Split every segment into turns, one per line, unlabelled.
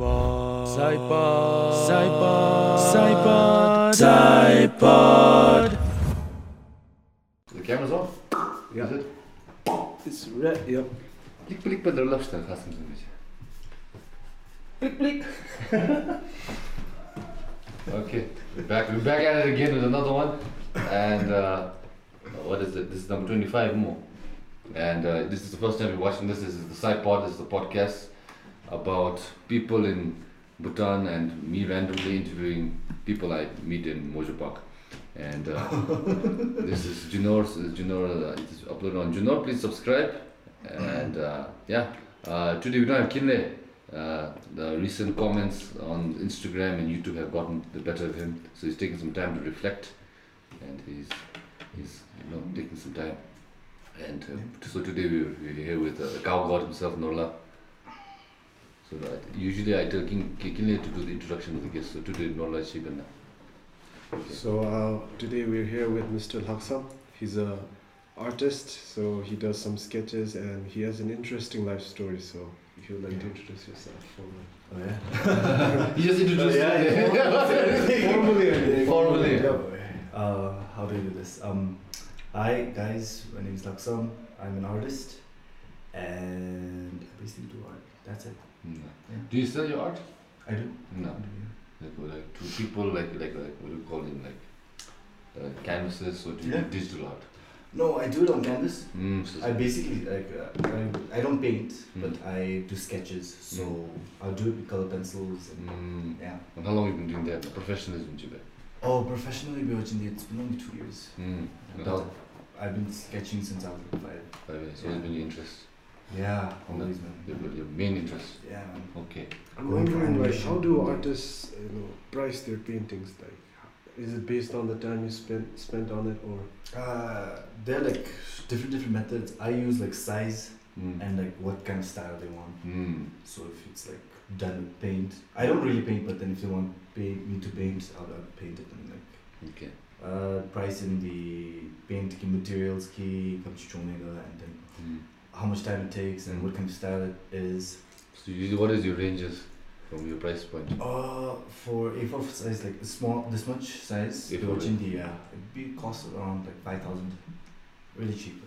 SciPod. SciPod. SciPod. SciPod. SciPod.
The camera's off. Is it?
It's red, yep.
Klik klik bij de luisteraar gaat het een beetje. okay, we're back. We're back at it again with another one. And uh, what is it? This is number 25 more. And uh, this is the first time you're watching this. This is the side pod. This is the podcast about people in Bhutan and me randomly interviewing people I meet in Mojo Park. And uh, this is Junor. Junor, uh, it is uploaded on Junor. Please subscribe. And uh, yeah, uh, today we don't have Kinley. Uh, the recent comments on Instagram and YouTube have gotten the better of him, so he's taking some time to reflect, and he's he's you know taking some time. And uh, so today we we're here with uh, the cow god himself, Norla. So uh, usually I tell King King- Kinley to do the introduction of the guest. So today Norla is Shiganna.
So uh, today we're here with Mr. Laksa. He's a artist, so he does some sketches and he has an interesting life story. So if you'd like to introduce yourself formally.
Oh yeah.
He just introduced.
Yeah,
formally, I mean.
Formally.
Yep.
Uh, how do I do this? Um, hi guys, my name is Laksam. I'm an artist, and I basically do art. That's it.
No. Do you sell your art?
I do.
No. Like, well, like to people like like like what do you call them like uh, canvases or do you
Yeah.
do digital art?
No, I do it on canvas.
Mm, so,
I basically like uh, I, I don't paint,
Mm.
but I do sketches. So
Mm.
I'll do it with color pencils. And,
mm,
Yeah.
and how long have you been doing that? Professionalism, Jibe.
Oh, professionally, we watching it. It's been only two years.
Mm. And
But
how,
I've been sketching since I was like five.
by the way, so what's been your interest?
Yeah, always
Your,
man.
your main interest?
Yeah. man.
Okay.
I'm
Going for
wondering, like, how do
animation.
artists, you know, price their paintings? Like, is it based on the time you spent spent on it, or
Uh, they're like different different methods. I use like size
Mm.
and like what kind of style they want.
Mm.
So if it's like done with paint, I don't really paint, but then if they want pay me to paint, I'll, I'll paint it and like
Okay.
uh, price in the paint key materials key comes to Chomega and then
Mm.
how much time it takes and what kind of style it is.
So you, what is your ranges from your price point?
Uh, for A4 size like small this much size,
A4,
if you're watching the uh, it'd be cost around like five thousand, really cheap.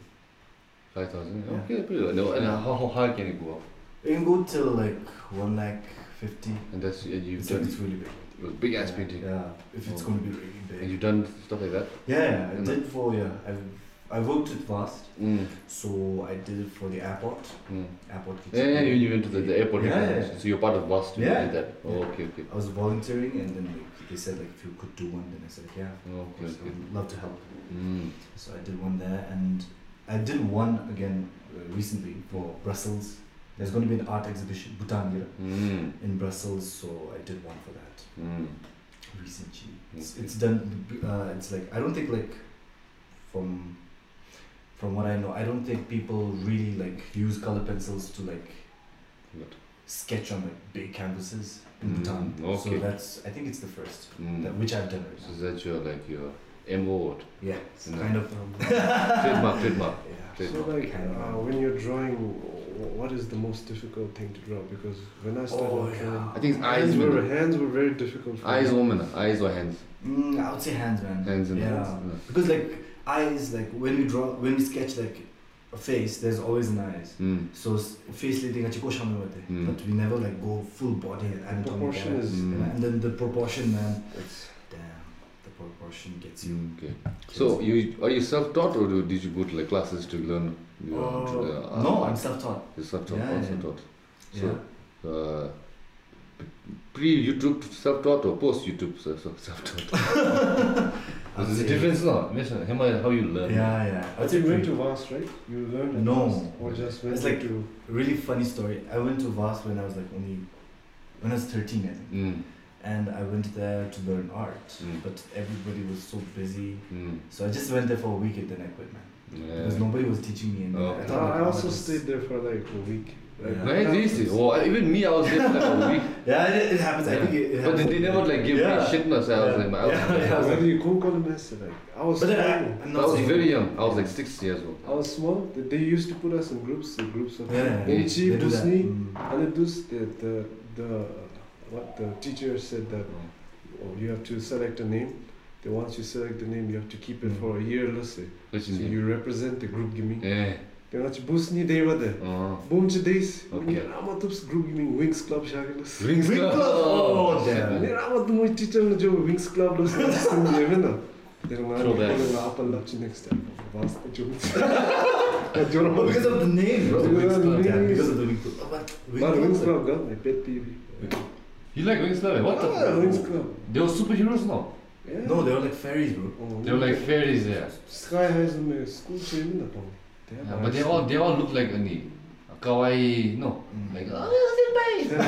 Five thousand.
Yeah.
Okay, pretty well. No, and how, how high can it go up?
You can go till like one lakh fifty.
And that's and you've
It's, like,
done
it's really big.
it was big ass
yeah,
painting.
Yeah, if it's
Oh.
going to be really
And
big.
you've done stuff like that.
yeah, I
And-
did for yeah. I I worked it fast,
Mm.
so I did it for the airport.
Mm.
Airport.
Yeah, yeah, you, you went to the, the airport.
Yeah,
again.
yeah, yeah.
So you're part of VAST. you
Yeah.
Did that. Oh, okay, okay.
I was volunteering, and then like, they said like if you could do one, then I said yeah, of
Oh, okay,
course,
okay.
I'd love to help.
Mm.
So I did one there, and I did one again uh, recently for Brussels. There's going to be an art exhibition, Bhutan year,
Mm.
in Brussels, so I did one for that.
Mm.
recently. It's,
Okay.
it's done. Uh, it's like I don't think like from from what I know, I don't think people really like use color pencils to like
What?
sketch on like big canvases in
Mm,
Bhutan.
okay.
So that's I think it's the first
Mm.
that, which I've done right
So
now.
is that your like your MO word?
Yeah, it's
No.
kind of.
trademark, trademark.
Yeah.
So
trademark.
like
Kind of.
uh, when you're drawing, wh- what is the most difficult thing to draw? Because when I started
Oh,
drawing,
yeah.
I think it's eyes,
hands were
man.
hands were very difficult. For
Eyes,
me.
woman. Eyes or hands.
Mm, I would say hands, man.
Hands and
yeah.
hands. Yeah.
Because like eyes, like when we draw, when we sketch like a face, there's always an eyes.
Mm.
So s- face लेते हैं Chico शामिल होते
Hmm.
हैं but we never like go full body and anatomy
Proportion
there.
is
Mm.
and then the proportion man
it's,
damn the proportion gets you
Mm, Okay. So you are you self-taught or do- did you go to like classes to learn? Your,
Uh,
uh,
no I'm self-taught
You're self-taught.
Yeah,
all
yeah.
self-taught.
yeah
So- Uh, pre YouTube self-taught or post YouTube self- self- self-taught?
I'd
There's a
say-
difference, no? Listen, how am I- how you learn?
yeah yeah
I
I'd
think
say
you went
pre-
to Vast, right? You learned at
No.
Vast, or just went
It's like-
to
really funny story I went to VAS when I was like only when I was 13 I think
Mm,
and I went there to learn art
Mm.
but everybody was so busy
mm,
so I just went there for a week and then I quit man
yeah.
because nobody was teaching me and
Okay.
I,
No,
thought, like,
I
oh,
also
this-
stayed there for like a week. Like,
Yeah.
Very easy.
that was-
Oh, even me, I was there for like a week.
yeah it, it happens I
Yeah.
think it, it
But
happens
they, they never like give me
Yeah.
shit. No, so I was
Yeah.
like, I was,
Yeah.
I was,
Whether you cook or mess, like I was
But uh, then
small.
I, I'm
I
not
was
saying-
very young. I was like six years old.
I was small. They used to put us in groups, the groups of
Yeah,
Inchi,
they do that.
Dusni,
Mm.
and the Dus the the the what the teacher said that oh, you have to select a name. Then once you select the name, you have to keep
Mm.
it for a year, let's say.
Which
So
is
you represent the group gimme.
Yeah.
Then once you boost ni day wada.
Oh.
Boom to days.
Okay.
Okay. Ramatups group gimme Wings Club shagalus.
Wings Club?
Oh,
Oh,
damn.
damn.
Ni ramatu mo teacher na jo Wings Club los na sin yeven na. Then man ko
Throwback.
na apal lapchi next time. Vast jo. Jo
But because of the name, bro.
Because of the
Yeah,
name.
because of the Wings Club. Oh, but
But Wings
Club.
Club ga my pet peeve.
You like Wings Club? eh? What the?
Ah, Wings Club.
They were superheroes now.
Yeah.
No, they were like fairies, bro.
Oh,
They were like fairies, yeah.
Sky Highs in the school chain na pong.
yeah but they all they all look like any kawaii. No,
Mm.
like oh,
oh yeah,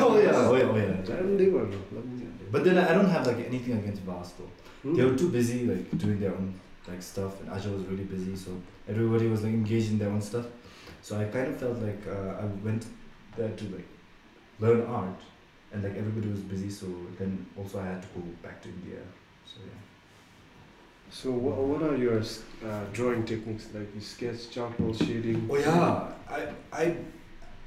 oh yeah, oh yeah.
Damn, they were lovely.
But then I don't have like anything against Vast though.
Hmm?
They were too busy like doing their own like stuff, and Aja was really busy, so everybody was like engaged in their own stuff. So I kind of felt like uh, I went there to like learn art, and like everybody was busy, so then also I had to go back to India. So yeah.
So what, what are your uh, drawing techniques like you sketch, charcoal, shading?
Oh yeah, I I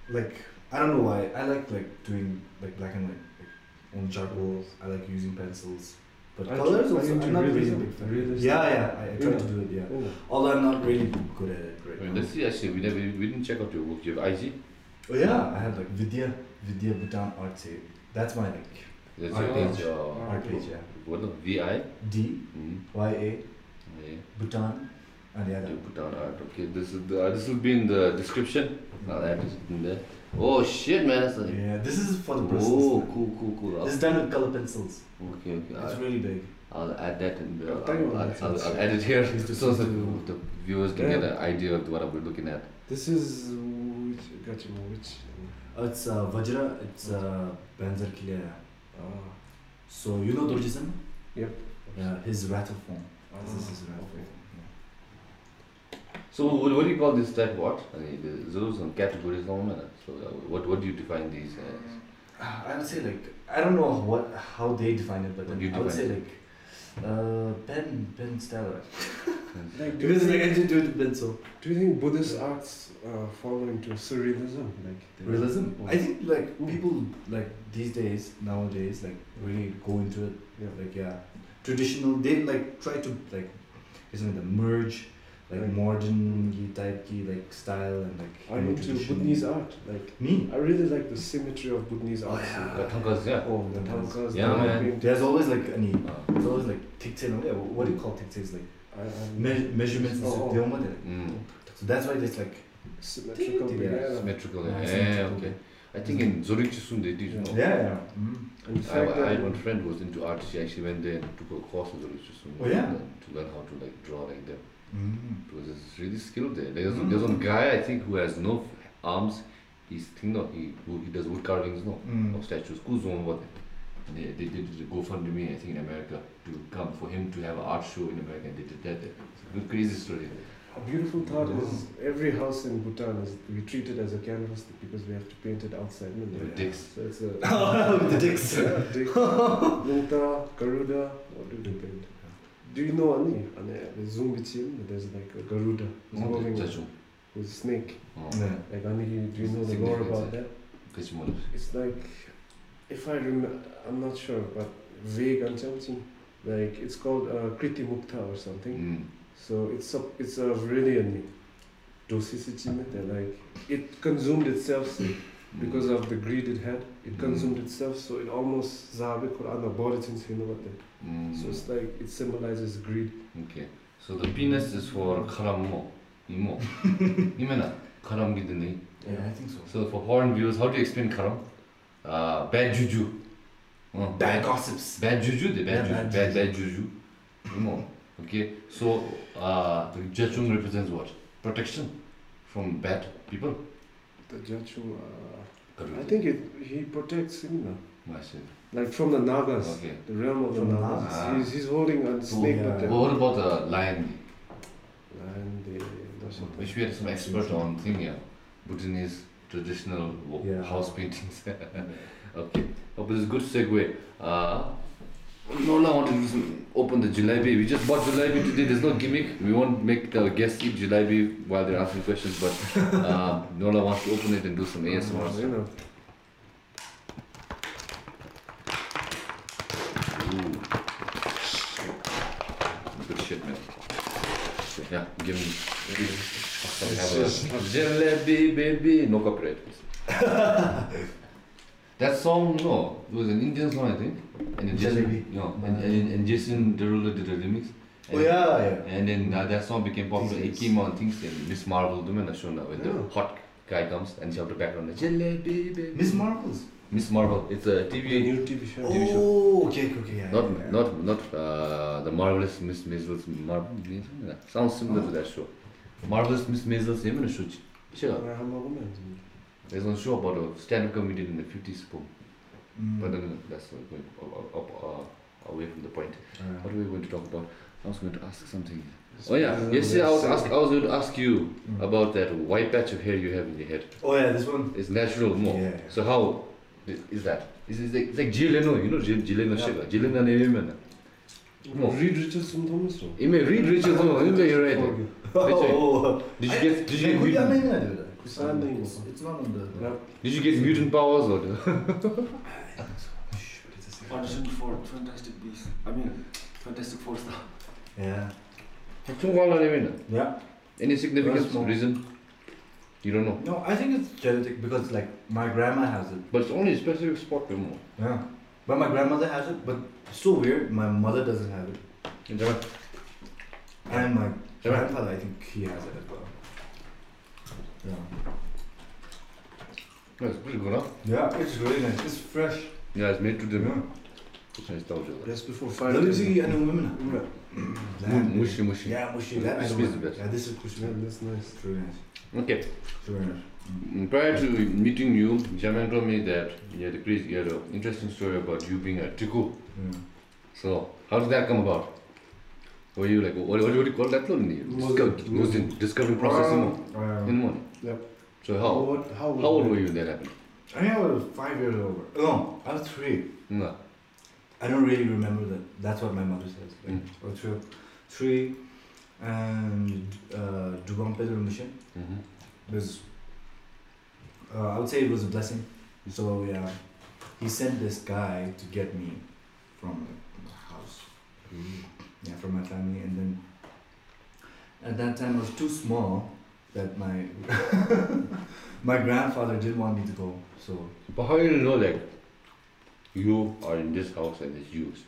like I don't know why I like like doing like black and white like, on charcoals. I like using pencils, but
Aren't you-
colors
are
also.
you into
I'm not really a
realism?
big fan.
Realism?
Yeah, yeah. I, I try
Yeah.
to do it. Yeah.
Oh,
Although I'm not really good at it right
Wait,
now.
let's see. Actually, we never we didn't check out your work. You have IG.
Oh yeah, I have like Vidya Vidya Bhutan Art Save. That's my like
That's
Art
your
page.
page. Uh,
art page. Yeah.
what the V I?
D
Mm.
Y A
Yeah.
Bhutan and yeah.
You
That.
put down art. Okay, this is the, uh, this will be in the description. I'll add this in there. Oh shit, man! That's like,
Mm-hmm. Yeah. This is for the
oh,
bristles.
cool, cool, cool. I'll,
This is done with color pencils.
okay, okay.
It's
I'll,
really big.
I'll add that in there.
Thank you.
I'll, I'll, I'll, I'll add it here
Please do,
so
please
that
do.
the viewers can get an idea of what we're looking at.
This is which got you which?
Uh, It's uh, Vajra. It's uh, Banzer Kilera.
Ah,
So you know Dorji Sen?
Yep.
Yeah. His rattle form. Oh, This is his rattle
okay.
form.
So what, what do you call this type? What? I mean, the- those are categories, no man. So uh, what what do you define these as?
Yeah. Uh, I would say like I don't know what how they define it, but
What
then
do you
I would say
define
like uh, pen pen style. right?
Like, do, you
Because like
think,
I did do it with pencil.
do you think Buddhist arts uh, fall into surrealism? Like the-
Realism.
Oh,
I think like people like these days nowadays like really go into it.
Yeah.
Like yeah, traditional. They like try to like, isn't it the merge, like
Right.
modern ki type ki like style and like. you
I'm
know,
into
traditional.
Buddhist art. Like
Me.
I really like the symmetry of Buddhist art.
yeah.
The tankas, yeah.
Oh, the tankas,
Yeah,
the hand
man.
painting.
There's always like any.
Uh,
There's always like ticks and yeah, what do you call ticks? Like
I, I'm-
me- measurements. and
Oh,
stuff.
oh.
They don't want it.
mm,
So that's why there's like.
symmetrical
Yeah.
banana.
symmetrical. Oh, Yeah, yeah,
symmetrical.
okay. I think in Zurich soon they did. You know.
Yeah. yeah. Mm.
And the
I,
fact
Oh,
uh,
I,
that
one friend who was into art. She actually went there and took a course in Zurich soon.
Oh, yeah?
To learn how to like draw like them.
Mm.
It was just really skilled there. There's there's one guy I think who has no f- arms. He's thing no, he who, he does wood carvings no
Mm.
of statues. Kuzon what? They, they did the GoFundMe I think in America to come for him to have an art show in America. and They did that. There. It's a crazy story.
A beautiful thought is every house in Bhutan is we treat it as a canvas because we have to paint it outside. no?
The
Yeah.
dicks.
So it's a
With the dicks.
Yeah, dick. Lunta, Garuda, what do they paint? Do you know Ani? Ani the Zumbichim, there's like a Garuda involving a
Judge.
with a snake.
Oh,
Yeah.
Like Ani, do you know the lore about that?
Kachimono.
It's like if I remember, I'm not sure, but vague and something. Like it's called uh, Kriti Mukta or something.
Mm.
So it's a, it's a really a toxicity method. eh, Like it consumed itself see, because of the greed it had. It
Mm.
consumed itself, so it almost zabe Quran bought it since you know what that.
Mm.
So it's like it symbolizes greed.
Okay. So the penis is for karamo, imo. Imena karam gidini.
Yeah, I think so.
So for foreign viewers, how do you explain karam? Uh, bad juju. Uh,
Bad gossips.
Bad juju, the bad,
Yeah,
juju, bad, bad juju. Imo. Okay. So uh, the jachung represents what? Protection from bad people.
The Jachu, uh,
Karu.
I think it he protects him now.
I see.
Like from the Nagas,
Okay.
the realm of the
From
Nagas.
Nagas.
He's, he's holding a snake
yeah.
with
Well,
them.
what about the lion?
And they, that's it.
Which we had some expert on thing, yeah. Bhutanese traditional wo-
Yeah.
house paintings. okay. Oh, but it's a good segue. Uh, Nola wanted to s- open the jalebi. We just bought jalebi today. There's no gimmick. We won't make the guests eat jalebi while they're asking questions, but uh, Nola wants to open it and do some
You
ASMR.
know,
man. Yeah, give me.
It's just-
Jalebi, baby, no copyright. that song, no, it was an Indian song, I think. And then Jason,
Jalebi.
no, and, and, and Jason Derulo did a remix.
Oh
And,
yeah, yeah.
And then uh, that song became popular. It
Things.
came on things and Miss Marvel, the man shown up when
Yeah.
the hot guy comes and she have the background. like, Jalebi, baby.
Miss Marvels.
Miss Marvel. It's a
The
TV.
new TV show.
TV show.
Oh, okay, okay, okay, yeah.
Not,
yeah.
not, not uh, the marvelous Miss Maisels. Marvel yeah, sounds similar to that show. Marvelous Miss Maisels. Even a show. Check out.
Where I'm a woman.
There's one show about a stand-up comedian in the 50s. Boom.
Mm.
But no, no, no, that's not going up, up, uh, away from the point.
Alright.
What are we going to talk about? I was going to ask something.
It's
Oh yeah,
better than
yesterday I was
this.
ask, I was going to ask you
Mm.
about that white patch of hair you have in your head.
Oh yeah, this one.
It's natural more.
Yeah.
So how i- is that? It's, it's like, it's like Jay Leno, you know Jay, Jay Leno
Yeah.
shit, like Jay Leno and Eminem. No.
Reed Richardson Thomas. no?
It may read Richards, no, you know, you're right.
Okay.
Oh,
Did you
I-
get did you
Hey,
get
could you- I
mutant,
mean, I do that.
It's not in-
It's- it's not on the-
Yeah.
did you get mutant powers or?
Oh, Shoot, it's a second.
Audition for Fantastic Beasts. I mean, Fantastic Four star.
Yeah.
Two color Eminem.
Yeah.
Any significant
Rasmo.
reason? You don't know.
No, I think it's genetic because like my grandma has it.
But it's only a specific spot you know.
Yeah. But my grandmother has it, but it's so weird, my mother doesn't have it.
In Japan.
And my
Yeah.
grandfather, I think he has it as well. Yeah.
No, it's pretty good, huh?
Yeah, it's really nice. It's fresh.
Yeah, it's made to the
Yeah.
It's nostalgia.
That's before five.
Let me see any women.
Yeah,
Mu- Mushy mushy.
Yeah, mushy. That I
This
don't
is the
mind.
best.
Yeah, this is mushy.
yeah, that's nice.
It's really nice.
Okay.
It's really nish.
Mm, Prior to meeting you, Jaman told me that you had a crazy, you had an interesting story about you being a tiku.
Yeah.
So, how did that come about? Were you like, what, what do you call that? Discovery,
Muslim.
Muslim discovery process in mo-
Um,
in morning.
Yep.
So how
What, how,
how old were you when that happened?
I think I was five years old. No, I was three.
No.
I don't really remember that. That's what my mother says. Like,
Mm.
I was three, three, and uh, Dubang Pedro Mission
Mm-hmm.
was. Uh, I would say it was a blessing. So yeah, he sent this guy to get me from the house. Yeah, from my family, and then at that time I was too small that my my grandfather didn't want me to go. So
But how do you know like you are in this house and it's used?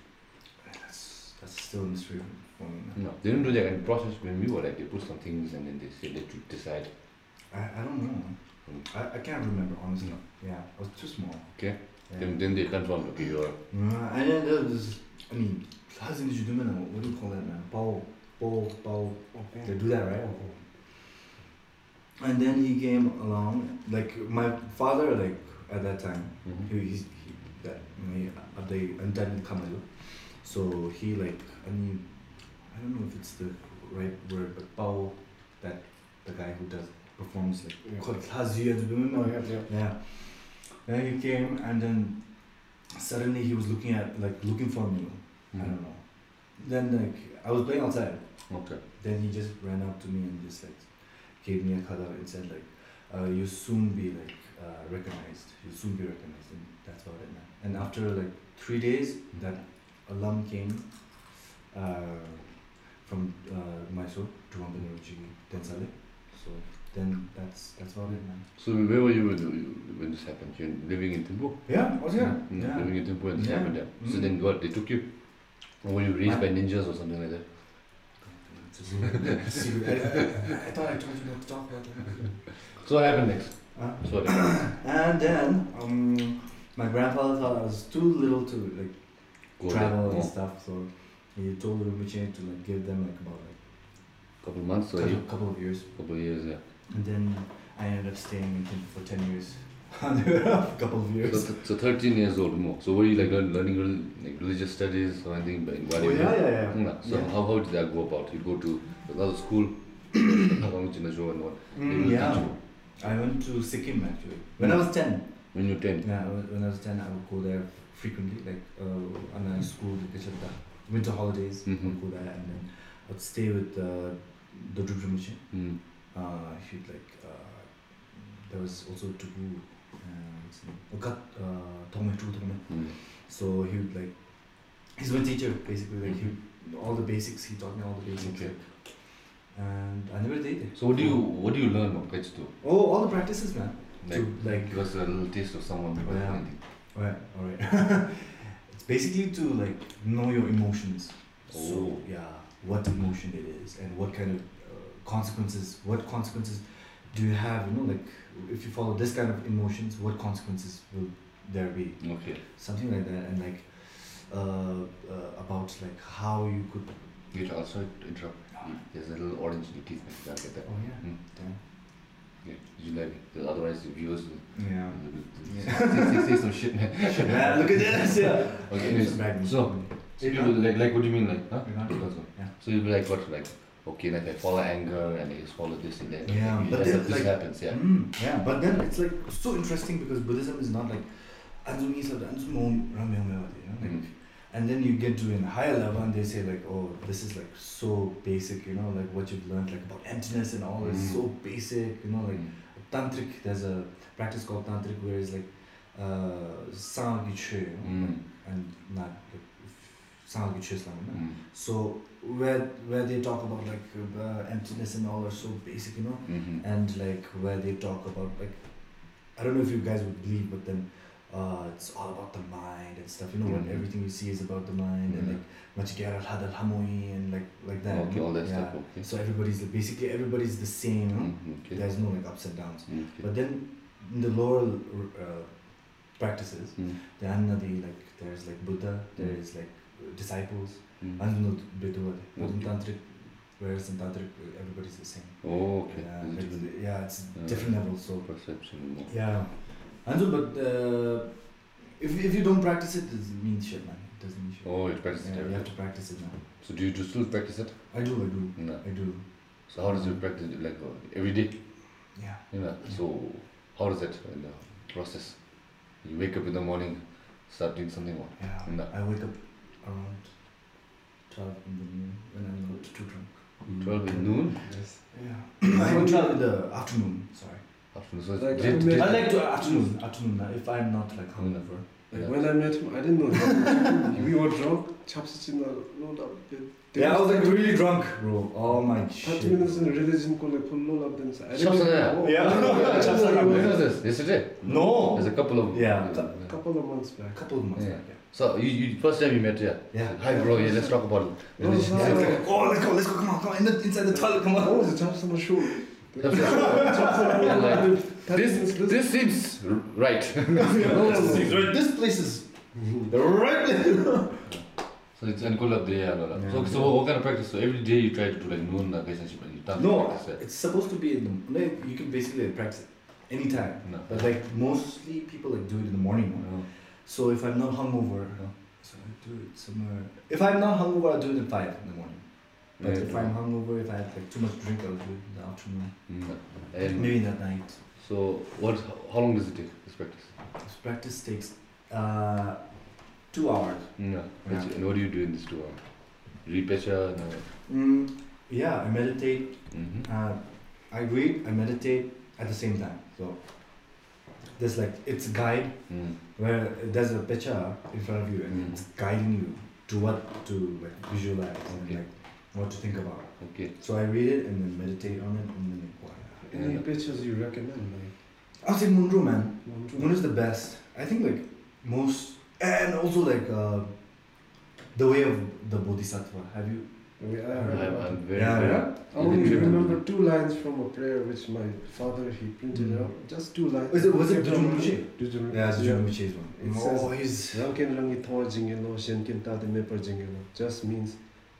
that's that's still a mystery for me. now.
No. They didn't do that in process when we were like they put some things and then they say they should decide.
I, I don't know. I, I can't remember honestly. Yeah, I was too small.
Okay.
Yeah.
Then, then they confirmed okay you're
Uh, and then there was this, I mean, how's in Juduman? What do you call that man? Bow, bow, bow. They do that, right? And then he came along. Like my father, like at that time,
Mhm.
he he's he, that uh, me update and then Kamalu. So he like I mean, I don't know if it's the right word, but Bao, that the guy who does performs like
Yeah.
Kotlazi and Juduman.
Oh, yeah, yeah.
Yeah. Then he came and then suddenly he was looking at like looking for me. I
Mhm.
don't know. Then like I was playing outside.
Okay.
Then he just ran up to me and just like gave me a color and said like uh, you soon be like uh, recognized. You soon be recognized and that's about it man. And after like three days that alum came uh, from uh, Mysore to Ambanorochi then Saleh. So then that's that's about it man.
So where were you when, you- when this happened? You're living in Thimphu?
Oh, Yeah, I was here.
Mm, Living in Thimphu when this
Yeah.
happened, yeah. So
Mm.
then what, they took you? Or were you raised
Huh?
by ninjas or something like that?
I, I, I thought I told you not to talk about that.
So what happened next?
Huh?
So what happened?
And then um, my grandfather thought I was too little to like
Go there.
travel and
Oh,
stuff, so he told Rumiche to like give them like about like
Oh, couple months or
couple,
year-
couple of years,
couple years, yeah.
and then I ended up staying in him for ten years. a couple of
So,
years.
th- so 13 years old more. So were you like learn, learning rel- like religious studies or anything? But in
Oh yeah, yeah, yeah.
Yeah. So
Yeah.
How, how did that go about? You go to another school, along with Jinazho and what? They will
Mm,
teach
yeah.
you.
I went to Sikkim actually when I was ten.
When you're 10.
Yeah, I was- when I was 10, I would go there frequently, like uh, on a school, Kacharta. winter holidays, I
Mhm.
would go there and then I would stay with uh, the Drupal mission.
Mm.
Uh, he'd like, uh, there was also Tugu, uh, Okat, uh, Tongme, Tugu Tongme.
Mm.
So he would like, he's my teacher basically, like he would all the basics. He taught me all the basics.
Okay.
like, and I never did it.
So what do you what do you learn from Kachito?
Oh, all the practices, man.
Like,
to like Oh,
give us a little taste of someone who does
Yeah.
painting.
Alright, alright. it's basically to like know your emotions. So
Oh.
yeah, what emotion it is and what kind of uh, consequences. What consequences do you have? You know, like if you follow this kind of emotions, what consequences will there be?
Okay.
Something like that, and like uh, uh, about like how you could.
You should also interrupt. There's a little orange in your teeth, man. You gotta get
Oh
that.
yeah.
Mm.
Damn.
Yeah. You let it. 'Cause Otherwise, the viewers will
Yeah.
yeah. say, say, say some shit, man.
Shit, man, look at this. Yeah.
Okay, anyways, so- So you will, like, like, what do you mean, like, huh?
Yeah.
Because of-
Yeah.
So you'll be like, what, like, okay, like I follow anger and I just follow this and that.
Yeah,
Maybe
but
that's
then,
what this
like-
happens, yeah.
Mm, yeah, but then it's like so interesting because Buddhism is not like Anzumi is like Anzumi Om Ramya Om Mevati, you know? like,
Mm.
And then you get to a higher level and they say like, oh, this is like so basic, you know, like what you've learned like about emptiness and all is
Mm.
so basic, you know, like
Mm.
tantric. There's a practice called tantric where it's like uh, sound you know,
Mm.
and not like sound like you know?
Mm.
So where where they talk about like uh, emptiness and all are so basic, you know
Mm-hmm.
and like where they talk about like I don't know if you guys would believe, but then uh, it's all about the mind and stuff. You know,
Mhm.
when everything you see is about the mind and
Yeah.
like Machikara Hadal Hamoi and like like that.
Mm. Okay, all that
yeah.
stuff, okay.
So everybody's basically everybody's the same. You know?
Mm, okay.
There's no like ups and downs.
Mm, okay.
But then in the lower uh, practices,
Mm,
the Annadi like there's like Buddha, there
Mhm.
is like disciples.
mm.
Anjuna Beduvade.
Okay.
Tantric, whereas in Tantric everybody's the same.
Oh, okay.
Yeah,
There's a
it's,
different
yeah, it's
Uh, Yeah.
different level. So
Perception. more.
yeah, and so but uh, if if you don't practice it, it doesn't mean shit, man. It doesn't mean shit.
Oh, it practices
yeah, you have
everything.
to practice it, man.
So do you do still practice it?
I do, I do,
No.
I do.
So how does you practice it? Like uh, every day?
Yeah.
You know.
Mm-hmm.
So how does that in the process? You wake up in the morning, start doing something. What?
Yeah.
No.
I wake up around twelve in the noon when I'm not too drunk.
Twelve in noon.
Mm. Yes.
Yeah. I go twelve in the afternoon. Sorry.
Afternoon. So it's
Like,
did,
I
did,
I like to afternoon. Afternoon. uh, If I'm not like hungover.
Like
Yeah.
when I met him, I didn't know. that. we were drunk. Chaps in the road up. there. There
Yeah, I was like really drunk, bro. Oh my shit.
30 minutes in religion ko like full load up then. I
Chaps are there.
know.
Yeah.
I didn't know
Chaps are
you
When
were-
was this? Yesterday.
No.
There's a couple of.
Yeah.
Couple of months back.
couple of months
Yeah.
back,
So you, you first time you met, yeah.
Yeah.
Hi, bro. Yeah, let's talk about
No, it's
religion.
not like-
Oh, let's go, let's go, come on, come on, in the, inside the toilet, come
That
on.
was a chaps on the show.
Chaps are-
Chaps on the road,
Like,
I did 30
This
minutes listen.
this seems r- right.
This place is the right place.
So it's and up there and all that. So,
Yeah.
so what kind of practice? So every day you try to do like noon uh, relationship and you don't
No,
practice
it's supposed to be in the. No, you can basically practice it anytime.
that. No.
But like mostly people like do it in the morning.
No.
So if I'm not hungover,
Yeah.
so I do it somewhere. If I'm not hungover, I'll do it at five in the morning. But
Yeah.
if I'm hungover, if I have like too much drink, I'll do it in the afternoon.
No. And
Maybe in that night.
so what? How long does it take this practice?
This practice takes uh, two hours.
No.
Yeah.
And what do you do in this two hours? Read picture. No.
Mm, yeah, I meditate.
Mm-hmm.
Uh, I read. I meditate at the same time. So there's like it's a guide
Mm.
where there's a picture in front of you and
Mm.
it's guiding you to what to like visualize and
Okay.
like what to think about.
Okay.
So I read it and then meditate on it and then like, wow.
Any pictures you recommend? Like,
I'll say Munro man.
one, two-
Munro is the best. I think like most and also like uh, the way of the Bodhisattva. Have you?
Okay, I
I'm,
heard about
I'm
it.
very.
Yeah,
very-
yeah.
I only remember two lines from a prayer which my father he printed
Mm.
out. Just two lines.
Was it was it Dujun Rinpoche?
Dujun
Yeah, it's
Rinpoche,
Jujun Rinpoche's one.
It
oh, he's
Rankin rangi thor jingelo, shenkin tate mepar jingelo. Just means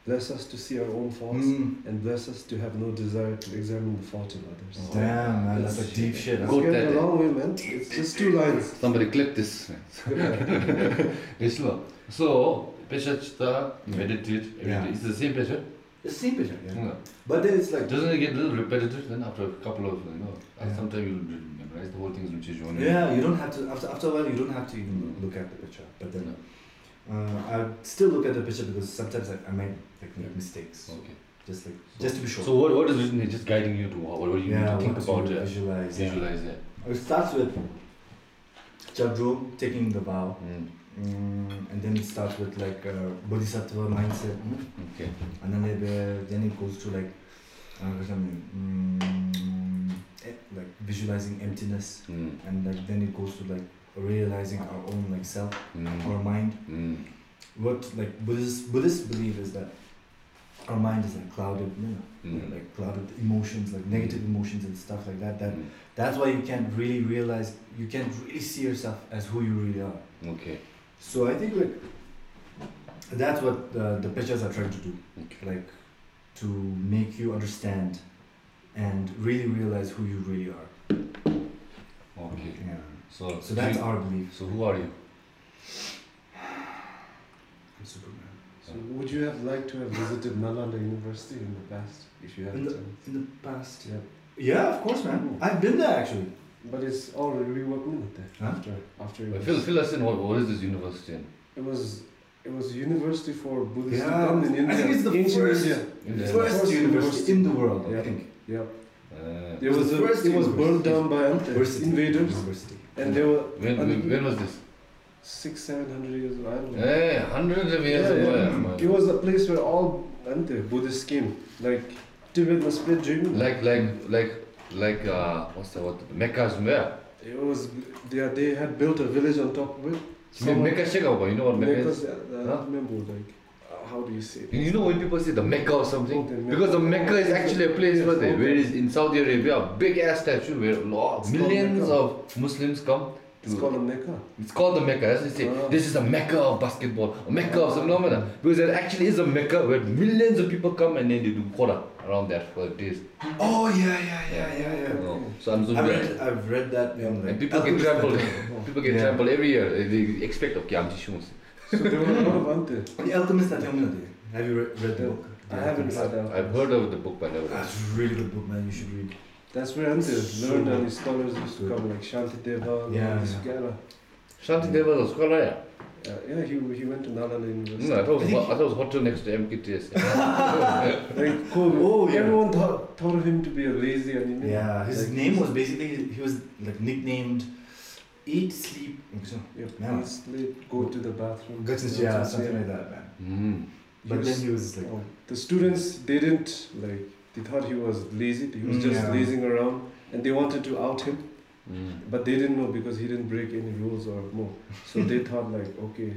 bless us to see our own faults
Mm.
and bless us to have no desire to examine the fault in others.
Oh.
Damn, man, that's
That's
a deep shit.
It's
Go
getting
that
a
day.
long way, man. It's just two lines.
Somebody clip this. It's slow. So picture chitta,
Yeah.
meditate every day.
Yeah.
It's the same picture.
It's same picture,
No.
But then it's like,
Doesn't it get a little repetitive then after a couple of, you know,
Yeah.
sometimes you'll memorize the whole thing, which is your name.
yeah, you don't have to. After after a while, you don't have to even look at the picture. But then, uh, I still look at the picture because sometimes I, I might like make mistakes. So
Okay.
just like just to be sure.
So what, what is written here? Just guiding you to what, what you
yeah,
need to think
what
about,
to
yeah.
visualize. yeah.
visualize it.
It starts with Jabdru taking the vow,
Mm.
mm, and then it starts with like uh, bodhisattva mindset,
Okay.
and then it, uh, then it goes to like uh, what I mean, mm, eh, like visualizing emptiness,
Mm.
and like then it goes to like realizing our own like self, our
Mm.
mind.
Mm.
what like Buddhist Buddhist belief is that our mind is like clouded, you know, uh,
Mm.
like clouded emotions, like negative emotions and stuff like that. That
Mm.
that's why you can't really realize, you can't really see yourself as who you really are.
Okay.
So I think like that's what uh, the pictures are trying to do,
Okay.
like to make you understand and really realize who you really are.
Okay.
Yeah.
So,
So that's
you-
our belief.
so who are you?
Superman.
So would you have liked to have visited Nalanda University in the past if you had
In
the
the-
chance?
In the past. Oh.
Yeah.
Yeah, of course, man. I've been there actually.
But it's all reworking it there
Huh?
after after it
Well,
was,
fill, fill us in. What, what is this university in?
it was it was university for Buddhists to
Yeah,
come in
I
India.
think it's the
ancient
first-
India.
India?
First,
First
university
university.
in the world, I
Yeah.
think.
Yep.
Uh,
There was
the
a,
first
it was
university.
burned down by Antes, invaders,
University.
and there were
when, when, when was this?
six seven hundred years ago. I don't know.
Hey, hundreds of years
Yeah,
ago.
yeah.
yeah, man.
It was a place where all Ante Buddhists came, like Tibet was split Germany.
Like, like, like, like, uh, what's the what? Mecca's where?
It was they, they had built a village on top of it.
Me-
Someone-
Mecca Shekau, you know what Mecca is?
Because, uh, I
Huh?
don't remember like uh, how do you say?
You know when people say the Mecca or something?
Something,
Because the
Mecca.
Mecca is actually a place
Yes,
where they,
okay.
where it is in Saudi Arabia, a big ass statue where lot,
It's called
millions
Mecca.
of Muslims come.
It's
to-
called a Mecca.
It's called the Mecca. As they say,
Ah.
this is the Mecca of basketball, a Mecca of some phenomena. Because there actually is a Mecca where millions of people come and then they do Qura around that for days.
Oh yeah, yeah, yeah, yeah, yeah.
You know. So I'm so
I've
glad.
read, I've read that. in, like,
And people get
Alchemist
trampled.
Attack.
people get
Yeah.
trampled every year. They- They expect, okay, I'm just showing.
So there were a lot of Ante.
The Alchemist at Yamuna. Have you re- read the
No,
book?
I
The
haven't
Alchemist.
read that.
I've heard of the book, but never. read it.
That's a really good book, man. You should read.
That's where Ante learned and his scholars used to
Good.
come, like Shantideva,
Yeah,
yeah,
yeah.
Sugala.
Shanti Deva was a scholar, yeah.
Uh, yeah, he, he went to Nalanda University.
No, I thought it was,
I
hot,
think-
I thought it was hotel next to MKTS.
Like, cool.
Oh, yeah.
Everyone thought, thought of him to be a lazy and he-
Yeah, his
like-
name was basically he was like nicknamed Eat Sleep.
Yeah,
Yeah.
he's late, go to the bathroom.
Yeah, something like that, man.
mm.
He
But
was-
then he was like,
Oh, the students they didn't like they thought he was lazy he was
Mm,
just
yeah.
lazing around and they wanted to out him
Mm.
but they didn't know because he didn't break any rules or more so they thought like okay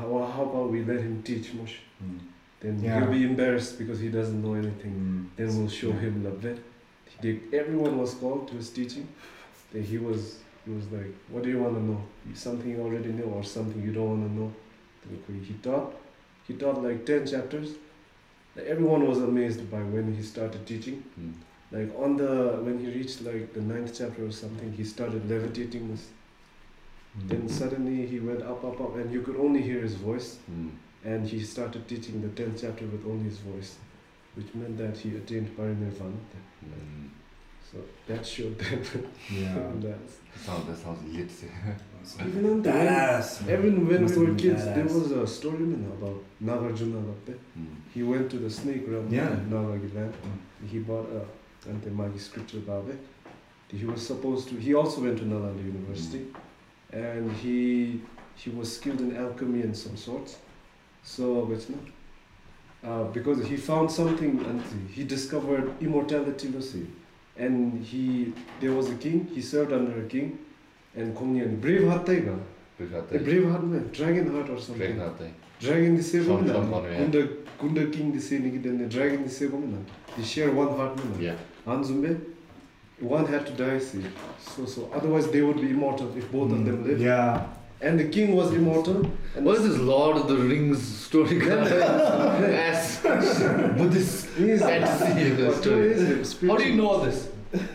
how, how about we let him teach much
hmm,
then
Yeah.
he'll be embarrassed because he doesn't know anything
hmm.
then we'll show
Yeah.
him love it they, everyone was called to his teaching then he was he was like what do you want to know something you already know or something you don't want to know Then, okay, he taught he taught like 10 chapters Like, everyone was amazed by when he started teaching
Mm.
like on the when he reached like the ninth chapter or something he started levitating this
Hmm.
then suddenly he went up up up and you could only hear his voice
Mm.
and he started teaching the 10th chapter with only his voice which meant that he attained parinirvana then.
Mm.
so that showed that
Yeah.
that's
That sounds, that sounds lit.
even on the way-
Badass. man.
even when
Must
we were
have been
kids there
badass.
was a story man, about Nagarjuna Lappe
Mm.
he went to the snake realm
Yeah.
in Nagaland he bought a Antemagi scripture Bhave he was supposed to he also went to Nalanda University and he he was skilled in alchemy and some sorts so but no uh, because he found something and he discovered immortality Lucy and he there was a king he served under a king and Konyan brave heart taiga
Private.
brave heart man dragon heart or something
Pregnant thing.
Dragon the same
Sean-
woman.
Sean Connery, yeah.
Gunda Gunda King the same nigga then the dragon the same woman. They share one heart man.
Yeah.
Anzumbe, one had to die see. So so otherwise they would be immortal if both of
Mm,
them
Hmm.
lived.
Yeah.
And the king was immortal. And
What is this Lord of the Rings story called? Ass. Buddhist
He is-
fantasy
But
story.
he is
How do you
spiritual.
know all this?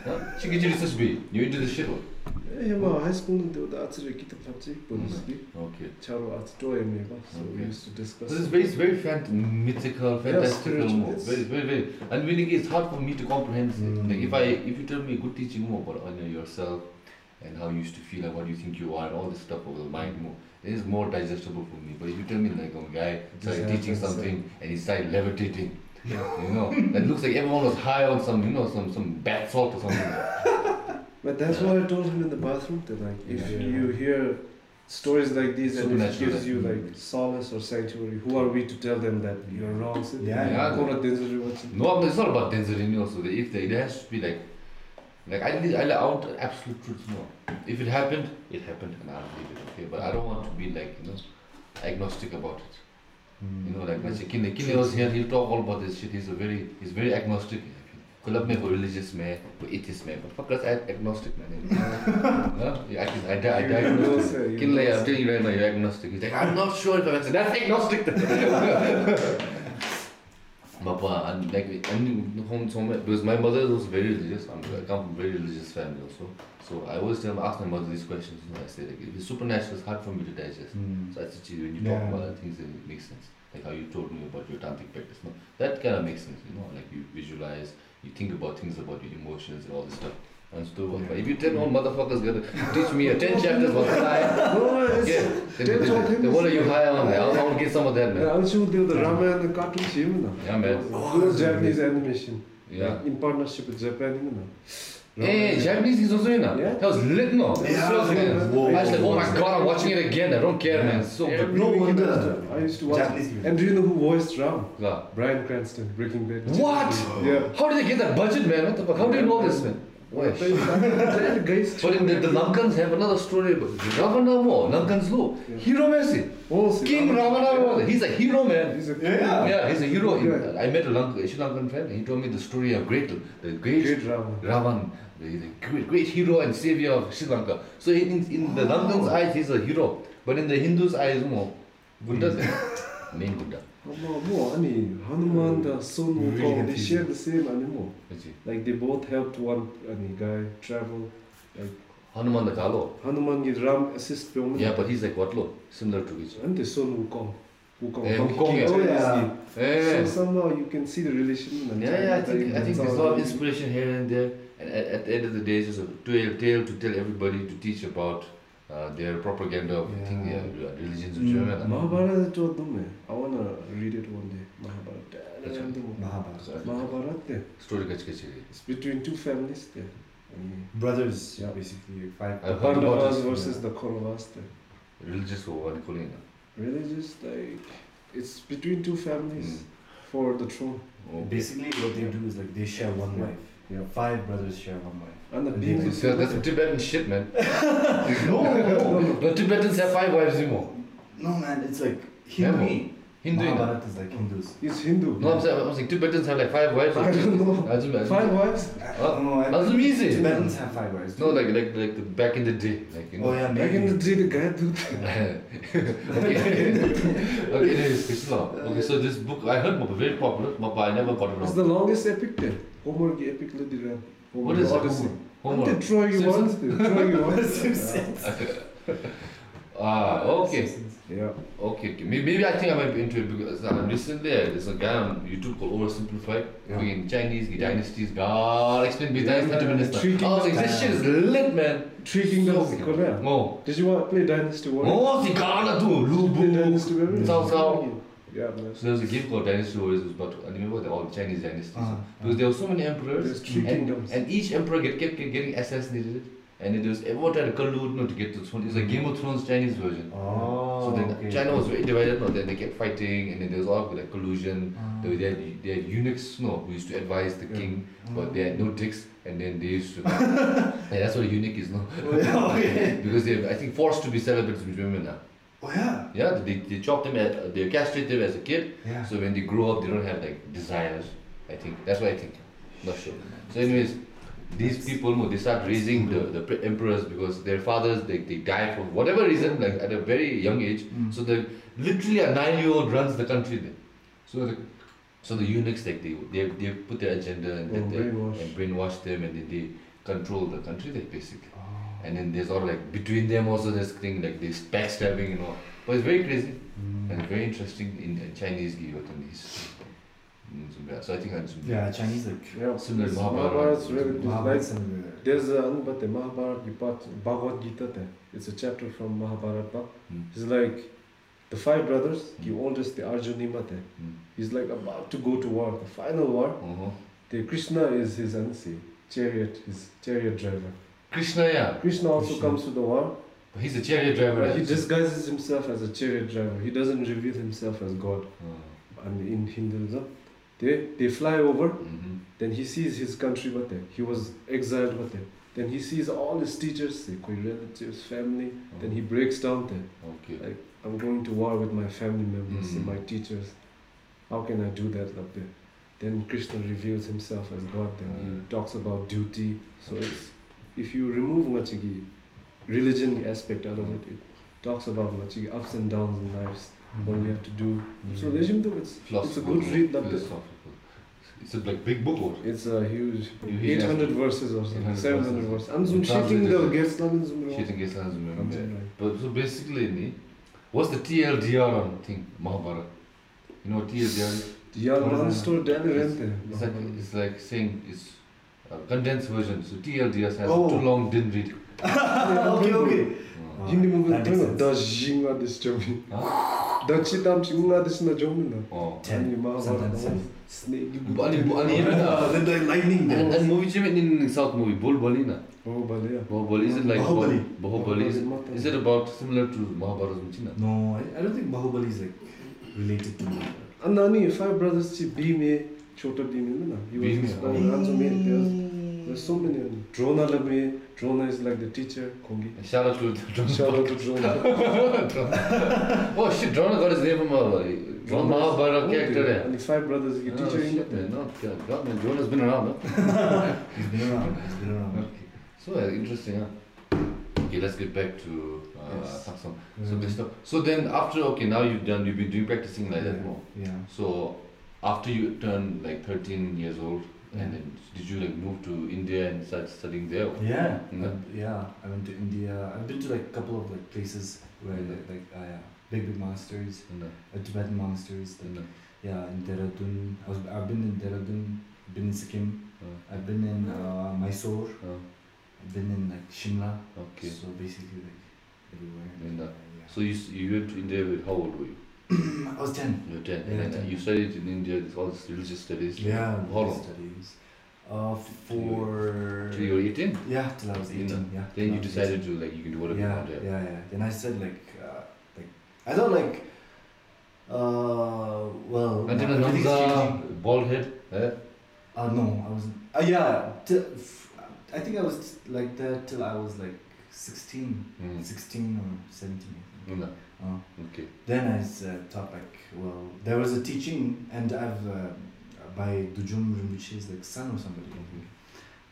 Huh? Chikichi research be. You into this shit?
Eh, yeah, well, high school they would actually get the PUBG, but
Hmm.
mostly.
Okay.
Charo at toy maybe. So we
Okay.
used to discuss.
This is very, it's very fant- mythical, fantastical
spiritual,
more.
it's-
Very, very, very. And meaning it's hard for me to comprehend. it.
Mm.
Like if I, if you tell me good teaching more about on yourself and how you used to feel and what you think you are and all this stuff over the mind more, it is more digestible for me. But if you tell me like a guy started
Yeah,
teaching
that's
something and he started levitating, you know, that looks like everyone was high on some, you know, some some bad salt or something.
But that's what I told him in the bathroom that like if
Yeah.
you hear stories like these and it
Supernatural,
gives you
like,
like solace or sanctuary. Who are we to tell them that you're wrong? So,
Yeah,
yeah.
Kona Denzel Watson.
No, it's not about Denzelini also. The- If they, there has to be like, like I need, I, I want absolute truth. No, if it happened, it happened, and I believe it. Okay, but I don't want to be like you know, agnostic about it.
Mm.
You know, like
Mm-hmm.
Nachi Kinne, Kinne was here. He'll talk all about this shit. He's a very, he's very agnostic. Kulab mein wo religious mein, wo atheist mein, but fuck that's ag- agnostic man. you know. no, yeah, I can, I die, I
You
die.
will say, you
Kinle,
will
I'm telling you right now, you're agnostic. He's like, I'm not sure if I'm agnostic. That's agnostic. Papa, and like, and home somewhere, because my mother was very religious. I'm, I come from a very religious family also. So I always tell, ask my mother these questions. And I say, like, if it's supernatural, it's hard for me to digest.
Mm.
So I said, when you talk
Yeah.
about other things, then it makes sense. Like how you told me about your tantric practice. No, that kind of makes sense, you know, like you visualize, you think about things about your emotions and all this stuff. And so what? But if you tell all motherfuckers, gonna teach me a 10 chapters about science,
No, it's,
yeah. Then,
Don't
then,
talk
then,
him
what are
this
you
way.
high on? I want to get some of that, man.
Yeah, also do the Rama and the cartoons, you know.
Yeah, man.
Oh, those Japanese animation.
Yeah. Eh,
In partnership with Japan, you know.
Hey, Japanese is also in that.
Yeah.
That was lit, no?
Yeah,
It was lit.
man. Whoa,
I was like,
whoa,
oh my
whoa.
god, I'm watching it again. I don't care,
Yeah.
man. So
Every
No
weekend I used
wonder.
to- I used to watch.
Japanese people.
And do you know who voiced Ram?
Yeah.
Brian Cranston, Breaking Bad.
What?
Yeah.
How did they get that budget, man? What the fuck? How do you know this, man?
Well,
Why?
tell guys.
But in the, the Lankans have another story about Ravana Mo, Lankans law. Hero Messi.
Oh, see,
King Ravana Mo. He's a hero, man.
He's a
Yeah.
Yeah, he's a hero.
Yeah.
I met a Lank- a Sri Lankan friend. He told me the story of great, the great
great Rama.
Ravan, the, the great, great hero and savior of Sri Lanka. So in, in the Lankans' eyes, he's a hero. But in the Hindus' eyes, Mo, Buddha. Main Buddha.
Rama, Mo, Ani, Hanuman, the Sun Wukong, they share the same animal.
Is he?
Like they both helped one Ani guy travel. Like
Hanuman the Kalo.
Hanuman gives Ram assist Pyongyang.
Yeah, but he's like what law? Similar to each other.
And the Sun Wukong. Wukong.
Yeah,
Monkey
Wukong,
King,
yeah.
Chinese
Yeah.
name.
Yeah.
So somehow you can see the relation. and
Yeah, yeah, I
Chinese
think, I think
that's
there's a
how
lot of
they-
inspiration here and there. And at, at the end of the day, it's just a tale, tale to tell everybody to teach about uh, their propaganda of
Yeah.
thing, yeah, religions
Mm.
in German.
Mahabharata told them, eh, I wanna read it one day. Mahabharata.
That's
Mahabharata.
Mahabharata. there.
Story kach kach kach.
It's between two families there. And
Brothers,
Yeah.
basically. Five.
I've heard about
Pandavas
this.
versus the Kauravas there.
Religious war, one calling. it.
Religious, like, it's between two families
Mm.
for the throne.
Oh.
Basically, what they do is like they share one
Yeah.
wife.
Yeah.
Five brothers share one wife.
And the
And
beam
they-
is.
So that's Tibetan shit, man.
no,
The Tibetans have five wives, you know.
no, man. It's like
Hindu.
Hindu.
Hindu. you know.
Mahabharata is like Hindus.
It's Hindu.
No, I'm saying, I'm saying Tibetans have like five wives.
I don't know.
Azum-
Five wives?
I
Huh?
don't know, I-
Azum easy.
Oh, Tibetans have five wives.
No, like like like the back in the day, like you know.
Oh yeah,
Back in
maybe.
the day, the guy do that.
okay, okay, anyways, Krishna. Okay, so this book I heard was very popular, but I never got
It's
around.
the longest epic there. Homer ki epic le dira. Homer
What
ki
is it?
Odyssey.
Homework.
Ante Troy
Simpsons?
ones there. Troy ones.
Ah, okay,
Simpsons.
Yeah.
okay. okay. Maybe, maybe I think I might be into it because uh, recently uh, there's a guy on YouTube called Oversimplified.
Yeah.
Fucking Chinese the dynasties, God, explain me
Yeah,
dynasty to
man,
minister.
three
I was like,
kingdoms.
Oh, this shit is lit, man.
Three Kingdoms in Korea.
Oh,
Did you want to play Dynasty Warriors?
oh, the Ghana too, Lu
Play Dynasty
Bu.
Warriors?
Cao Cao.
Yeah, man.
So there was a game called Dynasty Warriors, which was about I remember they're all Chinese dynasties.
Uh-huh.
Because there were so many emperors,
There's three
and,
kingdoms.
and each emperor get, kept get- getting assassinated, and it was everyone tried to collude no, to get to Throne. It was like Game of Thrones Chinese version.
Ah.
Oh.
so then
okay.
China was very divided, no, then they kept fighting, and then there was all like collusion.
Ah.
They, they, had, they had eunuchs, no, who used to advise the
Yeah.
king,
Ah.
but they had no dicks, and then they used to. yeah, that's what a eunuch is, no?
Oh, yeah, okay.
because they, were, I think, forced to be celibates with women now.
Oh yeah.
Yeah, they, they chop them, at, they castrate them as a kid,
Yeah.
so when they grow up, they don't have like desires. I think that's what I think. Not sure. So, anyways, these people no, they start raising the, the pre- emperors because their fathers they, they die for whatever reason, like at a very young age.
Mm.
So the literally a nine year old runs the country then. So the so the eunuchs like they they, they put their agenda and,
Oh,
they,
brainwash.
and brainwash them and then they control the country they basically. And then there's all like between them also this thing like this backstabbing and all. But it's very crazy
Mm.
and very interesting in uh, Chinese guillotinese. So I think that's
Yeah, Chinese like uh,
Yeah.
Similar to Mahabharata.
Mahabharata's really good.
Mahabharata
Like,
similar.
there's a but the Mahabharata part, Bhagavad Gita there. It's a chapter from Mahabharata.
Hmm.
It's like the five brothers, the
Hmm.
oldest, the Arjuna there.
Hmm.
He's like about to go to war, the final war.
Uh-huh.
The Krishna is his ansi, chariot, his chariot driver.
Krishna, yeah.
Krishna also
Krishna.
comes to the war.
But he's a chariot driver.
But he
actually.
disguises himself as a chariot driver. He doesn't reveal himself as God.
Oh,
And in Hinduism, they they fly over.
mhm.
Then he sees his country. What there? He was exiled. What there? Then he sees all his teachers, their relatives, family. Then he breaks down. There,
Okay.
like I'm going to war with my family members and
Mhm.
my teachers. How can I do that up there? Then Krishna reveals himself as God. Then
Mm.
he talks about duty. So it's if you remove Machigi, religion aspect out of it, it talks about Machigi ups and downs in lives. What we have to do. So Rejimdu, it's it's a
Philosophical.
good read. Up there.
Philosophical. It's a like big book. Or?
It's a huge
You hear
800 verses or something,
800
700 verses.
verses.
Anzum shitting the guest Anzum
Shooting is remember. But so basically, ni, what's the TLDR on thing Mahabharata? You know what TLDR is?
Yeah,
What is
man
that?
store daily
It's-
rente.
It's like it's like saying it's a condensed version. So TLDR has
Oh.
too long didn't read.
okay, okay.
Uh,
Oh,
Hindi mo
that makes
gusto na
sense.
dajinga dis chomi. Dachi tam chinga dis na chomi na.
oh.
Ten.
Ani ma
Sometimes
ba
ten.
snake.
But ani ani
Oh,
Ah,
even
then the lightning
and,
bolts.
and movie chime in South movie Bolbali na.
Oh balia.
Bahubali is it like
Bahubali.
Bahubali is, is it about similar to Mahabharata Muchina?
No, I, I don't think Bahubali is like related to Mahabharata.
Anani five brothers chi B me chota B me na. He
Bhim,
was
oh.
inspired. Anzum me there's there's so many. Drona la me. Drona is like the teacher. Kongi.
And shout out to the drum.
Shout out to Drona.
oh shit, Drona got his name from a from Mahabharata character. hai.
And five brothers he
Oh,
teacher
shit,
in
man, no, God, God, man, Drona's been around, huh?
He's been around. He's been around.
Okay. So uh, interesting, huh? Okay, let's get back to uh,
Yes. Mm-hmm.
Samsung. So this stuff. So then after okay, now you've done you've been doing practicing like that
Yeah.
more.
Yeah.
So after you turned like 13 years old,
Yeah.
and then did you like move to India and start studying there?
Yeah,
Mm.
I- yeah. I went to India. I've been to like a couple of like places where
Mm.
like, like uh, yeah, big big monasteries,
And, uh,
uh, Tibetan monasteries.
and,
Then,
uh,
yeah, in Dehradun. I was, I've been in Dehradun. Been in Sikkim.
uh,
I've been in uh, Mysore.
uh,
I've been in like Shimla.
okay.
So basically like everywhere.
And, uh,
yeah.
So you s- you went to India with how old were you?
I was ten.
You were 10.
Yeah,
and then
10.
you studied in India with all these religious studies.
Yeah.
How long?
Studies. Uh, for.
Till you were 18.
Yeah, till I was
You know,
eighteen. yeah. till
Then
I
you
was
decided to like you can do whatever you
yeah,
want there.
yeah, yeah. Then I said like, uh, like I thought like, uh, well,
Until the
everything's changing.
Namza, bald head. Eh?
Uh, no, I wasn't. Uh, yeah, till, f- I think I was like that till I was like 16,
Mm.
16 or seventeen. I think.
No.
Uh,
Okay.
then I s- uh, thought like, well, there was a teaching, and I've uh, by Dujum Rinpoche's like son or somebody. I think.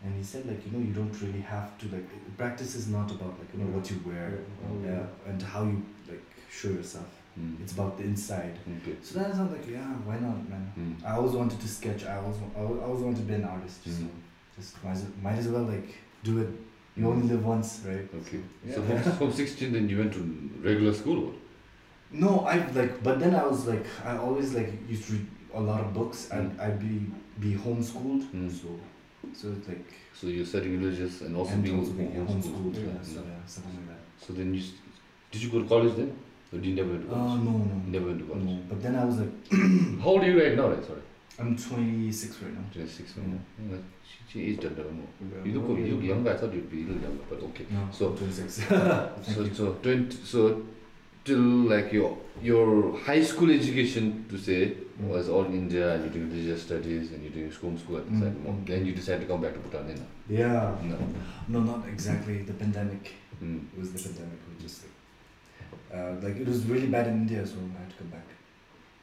And he said like, you know, you don't really have to like practice is not about like you know what you wear yeah, and how you like show yourself.
Mm.
It's about the inside.
Okay.
So that sounds like yeah, why not, man?
Mm.
I always wanted to sketch. I always wa- I al- I always wanted to be an artist. So
Mm.
just might as, might as well like do it. You only live once, right?
Okay.
Yeah.
So from, from 16, then you went to regular school? Or?
No, I like, but then I was like, I always like used to read a lot of books.
Mm.
I I be be homeschooled.
Mm.
So so it's like
So you're studying religious and also
and
being
also being
homeschooled. Hmm.
homeschooled. Yeah,
Yeah.
so yeah, something like that.
So then you st- did you go to college then? Or did you never went to
Uh,
college?
no, no,
You never went to college.
no. But then I was like,
How old are you right now? Right? Sorry.
I'm 26 right now.
26.
Yeah.
Yeah. She, she is done. done, no. You look, you look younger. I thought you'd be a little younger, but okay.
No,
So-
26. Thank
So
you.
so 20, so till like your your high school education to say
Mm.
was all in India and you're doing religious studies and you're doing homeschool at the
Mm.
same time. Then you decide to come back to Bhutan. Then.
Yeah.
No.
No, not exactly. The pandemic.
Mm.
It was the pandemic. We just like, uh, like it was really bad in India, so I had to come back.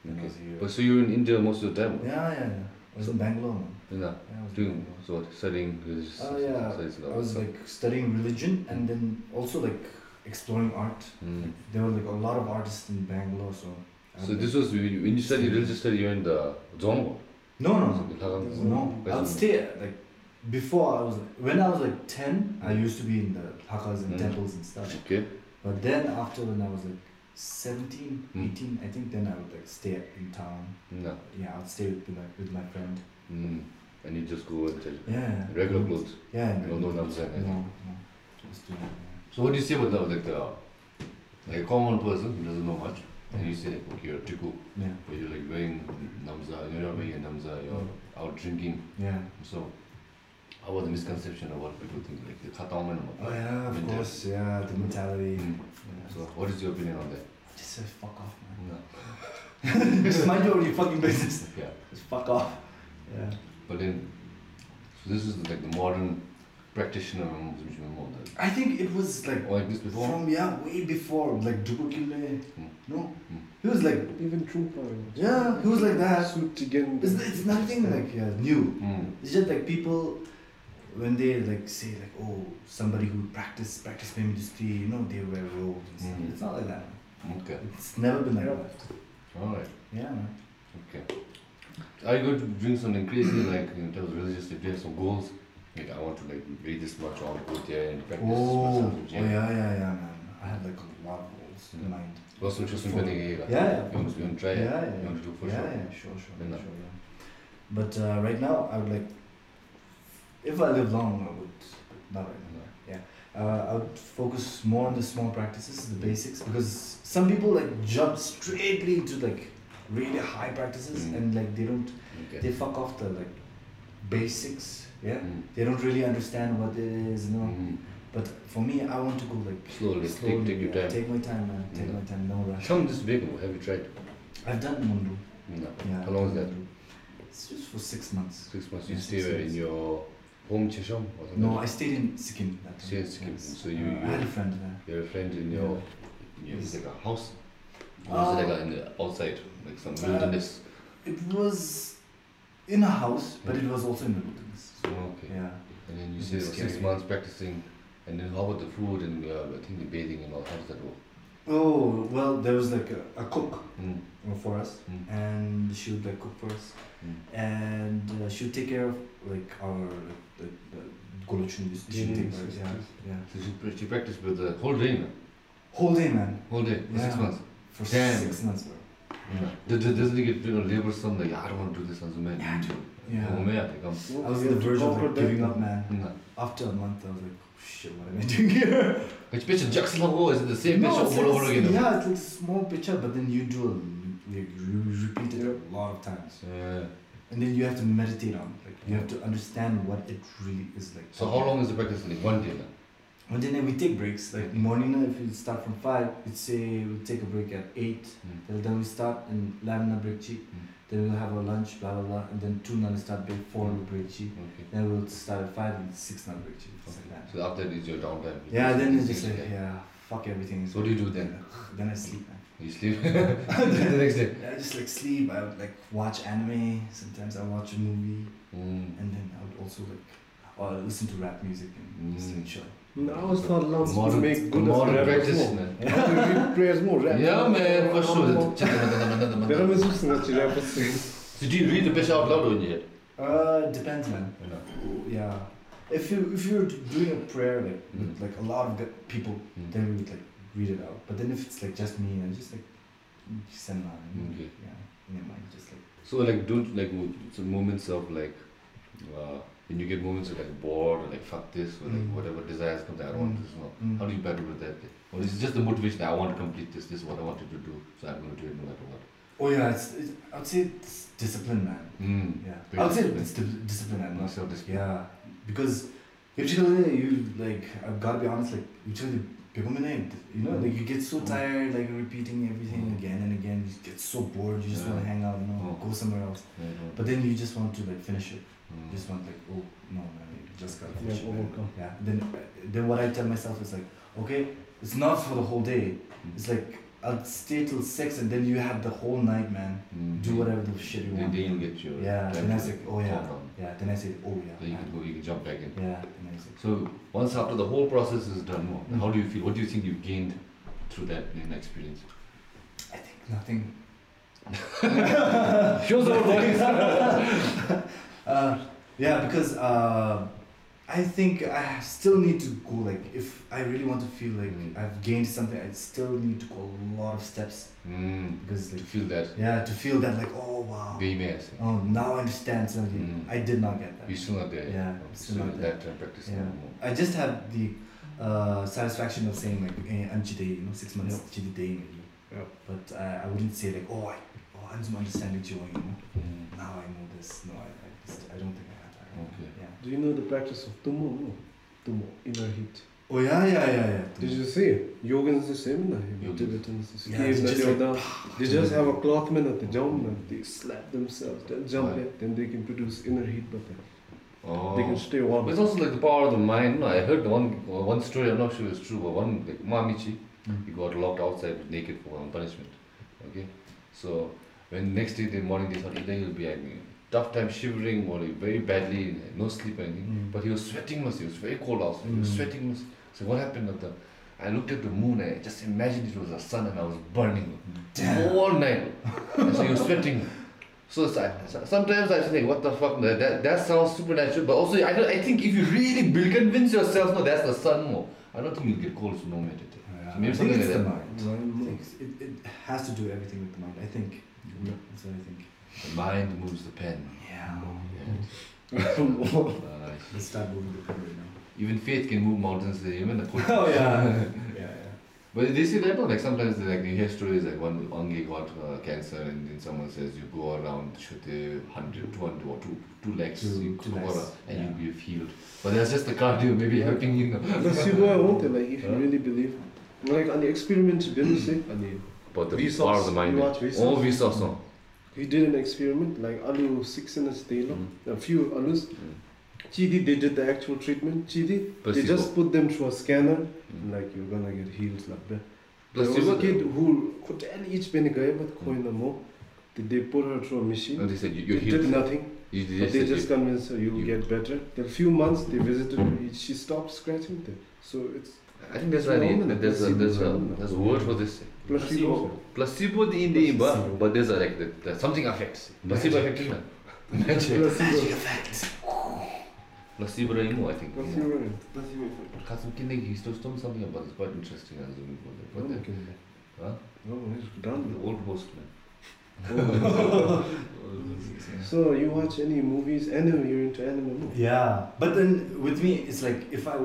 When I
Okay.
was here.
But so you're in India most of the time?
yeah, yeah, yeah. I was in Bangalore. Man.
Yeah.
Yeah, I was in
Doing
Bangalore.
so what, studying religious
Oh, yeah.
studies and all
I was
that
like studying religion and then also like exploring art.
stuff. Mm.
There were like a lot of artists in Bangalore, so. I
So
was
this
like-
was when you when you studied religious study you're in the Zongo.
No, no,
Oh,
no.
Lagam.
No, I would
Western-
stay like before I was when I was like ten. I
Mm.
used to be in the hakas and
Mm.
temples and stuff.
Okay.
But then after when I was like 17,
Mm.
18, I think then I would like stay in town.
No.
Yeah, I'd stay with like with my friend.
Mm. And you just go and tell
Yeah.
regular clothes.
Yeah.
No, no, no,
No, no. Just do that. yeah.
So what do you say about that? Like the like a common person who doesn't know much, and you say okay, you're a tiku,
Yeah.
but you're like wearing namza. You're not wearing a namza. You're out drinking.
Yeah.
So about the misconception of what people think, like the khatam and all
Oh
that.
yeah, of
Mental.
course, yeah, the mentality.
Mm.
Yeah.
So, what is your opinion on that?
Just say fuck off, man.
No.
Just mind your own fucking business.
Yeah.
Just fuck off. Yeah.
But then, so this is like the modern practitioner of Muslim more than
I think it was like
like this before.
from yeah way before like Dubukile.
Hmm.
No,
Hmm.
he was like
Even True Crime.
yeah, he was like that.
Suit again.
It's, it's nothing like yeah, new.
Mm.
It's just like people when they like say like oh somebody who practice practice ministry, you know they wear robes and stuff.
Mhm.
It's not like that.
Okay.
It's never been like
Yeah.
that.
All right.
Yeah, man.
Are you going to bring something crazy like in terms of religious? If you have some goals, like I want to like read this much or go there and practice this
Oh,
much.
yeah, yeah, yeah, yeah, man. I had like a lot of goals
Yeah.
in mind.
What's the interesting thing?
Yeah, yeah.
Mm. You want to- you want to try it?
yeah, yeah,
You want to do for
yeah,
sure?
yeah, sure, sure,
Why not?
sure, yeah. But uh, right now, I would like, if I live long, I would not right now. Yeah, uh, I would focus more on the small practices, the basics, because some people like jump straightly into like really high practices
Mm.
and like they don't,
Okay.
they fuck off the like basics. Yeah,
Mm.
they don't really understand what it is, you know.
Mm.
But for me, I want to go like
Slowly, take- take your
yeah,
time.
Take my time, man. Take
Mm.
my time. No rush.
Come this big. Have you tried?
I've done Mundu.
No.
Yeah.
How long is that?
It's just for six months.
Six months. You
Yeah,
stay
six
in
months.
your home, Chesham? or something?
No, I stayed in Sikkim. That time.
Stayed in Sikkim. So you-
Uh,
you-
I had a friend there.
Your friend in your, in your
Yes. Oh.
like a house. Or is it like a, in the outside, like some
Uh,
wilderness?
It was in a house, but it was also in the wilderness.
Oh, okay.
Yeah.
And then you
It's
say
a bit
six
scary.
months practicing, and then how about the food and uh, I think the bathing and all? How does that work?
Oh well, there was like a, a cook
Mm.
for us,
Mm.
and she would like cook for us,
Mm.
and uh, she would take care of like our like the golachun. She would take care of yeah, yeah.
So she, pra- she practiced with the whole day, man.
Whole day, man,
Whole day, for six
Yeah.
months.
for
Damn.
six months, bro.
Yeah. Does- does- Doesn't it get you know, labor some like, I don't want to do this as a man.
Yeah, dude. Yeah.
Oh, man, they come.
I was on the verge of like, giving up, man.
Mm.
After a month, I was like, shit, what am I doing here?
Which bitch in Jacksonville is it the same bitch
it's
over and over
like-
again?
Yeah, it's like a small picture, but then you do a, like, you repeat it a lot of times.
Yeah.
And then you have to meditate on it. Like, you have to understand what it really is like.
So how long is the practice? Like one day, man.
And then we take breaks. Like morning, uh, if we start from 5, we'd say we'll take a break at 8.
Mm.
Then- Then we start and 11 na break chi.
Mm.
Then we'll have our lunch, blah, blah, blah. And then 2 na start break, 4 na break chi.
Okay.
Then we'll start at 5 and 6 na break chi. It's like that.
So after that is your downtime.
Yeah, then it's just
Okay.
like, yeah, fuck everything.
So what do you do then?
Then I sleep, man.
You sleep the next day.
I just like sleep. I would like watch anime. Sometimes I watch a movie,
Mm.
and then I would also like or listen to rap music and just like
Mm.
chill.
Now it's not allowed to
Modern,
make good
modern
as rappers
practice,
more.
man.
Now we prayers more, rap.
Yeah, man, for
There are
sure.
many things that rappers say.
So do you read the bitch out loud or in your head?
Uh, depends, man.
No.
Yeah, if you if you're doing a prayer like
Mm.
with like a lot of the people,
Mm.
then we would like read it out. But then if it's like just me, I just like send my
Hmm. Okay.
yeah, never mind, just like.
So like don't like mo- some moments of like uh, when you get moments of like bored or like fuck this or like
Mm.
whatever desires come that I don't want
Mm.
this no.
Mm.
How do you battle with that? Or is it just the motivation that I want to complete this, this is what I wanted to do, so I'm gonna do it no matter what.
Oh yeah, it's, it's I would say it's discipline, man.
Mm.
Yeah,
Very
I would say
disciplined.
it's di- discipline and not
Myself this
yeah, because usually you like I've got to be honest, like usually people minute, you know, like you get so
Mm.
tired, like repeating everything
Mm.
again and again, you get so bored, you just want to
Yeah.
hang out, you know,
Mm.
go somewhere else.
Yeah, no.
But then you just want to like finish it. You
Mm.
just want like oh no, man, you just gotta
Yeah,
finish it. man.
overcome.
Yeah. Then then what I tell myself is like okay, it's not for the whole day.
Mm.
It's like I'll stay till six and then you have the whole night, man.
Mm.
Do whatever the shit you
Then,
want.
then you get your
Yeah,
time
then I
to
said, oh yeah,
calm down.
yeah, then I said, oh yeah.
Then you can go, you can jump back in.
Yeah, then I said,
So once after the whole process is done,
Mm.
how do you feel? What do you think you've gained through that in experience?
I think nothing.
Shows our voice.
Uh, yeah, because uh, I think I still need to go, like, if I really want to feel like
Mm.
I've gained something, I still need to go a lot of steps
Mm.
because,
To
like,
feel that
yeah, to feel that, like, oh wow.
BMS.
Oh, now I understand something.
Mm.
I did not get that.
You're still not there. yet.
Yeah,
No,
I'm
still
still
at
not
that time practice
Yeah.
anymore.
I just had the uh, satisfaction of saying like eh, I'm chide, you know, six months
Yeah.
chide day maybe.
Yeah.
But uh, I, I wouldn't say like Mm. oh I oh I'm understanding Joy, you know. Now I know this. No, I I, just, I don't think I have that.
Okay.
Yeah.
Do you know the practice of Tumo? No. Tumo, inner heat.
Oh yeah, yeah, yeah, yeah.
Did you see it? Yoga is the same na
Yoga.
hiyo. Tibetans is the
Yeah, it's
same.
just
They they just have a cloth man at the jump man. They slap themselves, then jump
Right.
it, then they can produce inner heat but
Oh.
they can stay
But
warm.
It's also like the power of the mind. No, I heard one one story. I'm not sure it's true, but one like Mamichi,
Mm.
he got locked outside naked for one punishment. Okay, so when next day in the morning they start eating, he'll be having a tough time shivering or like, very badly, no sleep or anything.
Mm.
But he was sweating. Was he was very cold outside. He was
Mm.
sweating. Was so what happened? At the, I looked at the moon. I just imagined it was the sun, and I was burning
Damn.
all night. And so he was sweating. So it's like- so- sometimes I think, what the fuck, man, that, that sounds supernatural. But also, I, don't, I think if you really build, convince yourself, no, that's the sun more. I don't think you'll get cold, so no matter.
Yeah,
Maybe
I
something
think it's
like
the
that.
mind. I think it's- it, it has to do everything with the mind. I think.
Yeah.
That's what I think. Oh,
The mind moves the pen.
Yeah.
Uh,
Tumo.
Let's start moving the pen right now.
even faith can move mountains, eh? even the cold.
Oh yeah. yeah, yeah.
But they say that, no, like sometimes they, like you hear stories like one Ongi got uh, cancer and then someone says you go around shute 100, 200 or 2, 2 lakhs
Two-
you
two
go
lakhs,
around and
yeah.
you'll be healed. But that's just the cardio maybe helping you. know.
But you know I want it, like if you
Huh?
really believe. Like on the experiment Benu say,
But the
Vsauce,
power of the mind.
you watch Vsauce?
Oh, Vsauce, no.
he did an experiment like alu six in his day,
Mm-hmm.
a few alus.
Mm.
Chidi they did the actual treatment. Chidi they
Placebo.
just put them through a scanner
Mm.
like you're gonna get healed like that. There was
Placebo.
a kid who could tell each penny guy but coin no more. Did they put her through a
No,
machine?
they said you,
They
you're
did
healed.
nothing.
You
But
just
they
said
just
you-
convinced her you'll
you-
get better. Then few months they visited her. She stopped scratching them. So it's
I think that's
It's
right.
normal,
There's, a, there's, a,
placebo.
there's a word for this.
placebo.
Placebo the Indi,
Placebo.
but, but there's a like the, the, something affects. Placebo effect. isn't it? Magic.
Placebo.
Placebo Raimo, I think. yeah.
Placebo.
Placebo effect.
Kasim Kindig, he's told him something about this, quite interesting. I was looking for that. What
Okay.
the, huh?
No, it's
the
done.
old postman.
So you watch any movies? Anime? You're into anime? no?
Yeah, but then with me, it's like if I,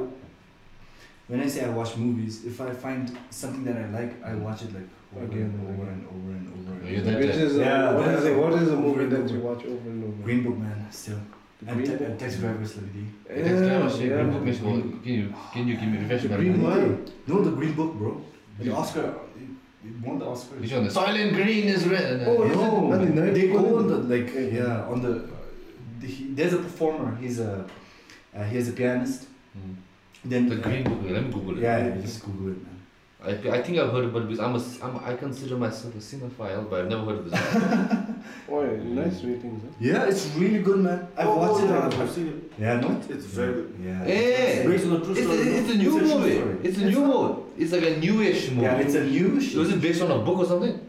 when I say I watch movies, if I find something that I like, I watch it like over
Again
and
and
over
again.
and over and over.
No,
and
you're
over.
that-
Which is a,
Yeah,
what
that's
is a, what is a
over
movie
and
that
over.
you watch over and over?
Green Book, man, still.
The
And
Green
te-
Book.
Taxi Driver Celebrity.
The next time I
yeah,
see şey, Green Book,
man.
Miss Wall, can you can you give me refresh
The
my
Green
memory?
Mile.
No, the Green Book, bro. The
Yeah.
Oscar, it, it won the Oscar.
Which one? The Soylent şey Green is red.
Oh, yeah.
no,
Is it- and the
they
night
go on
one?
the like yeah on the. Uh, the he, there's a performer. He's a, uh, he's a pianist.
Mm.
Then
The Green Book. Let me Google it.
Yeah, yeah, just Google it, man.
I, I think I've heard about it because I'm a, c- I'm a, I consider myself a cinephile, but I've never heard of this.
Oi, nice ratings. Huh?
Yeah, it's really good, man. I've
Oh,
watched
oh,
it.
yeah,
I've
I've
watched-
seen it.
Yeah, no.
It's very good.
Yeah.
Eh,
It's based on a true
It's,
story. no?
it's a new
true
movie.
story.
It's a new movie. It's like a newish movie.
Yeah, it's a new
it was
shit.
it based on a book or something?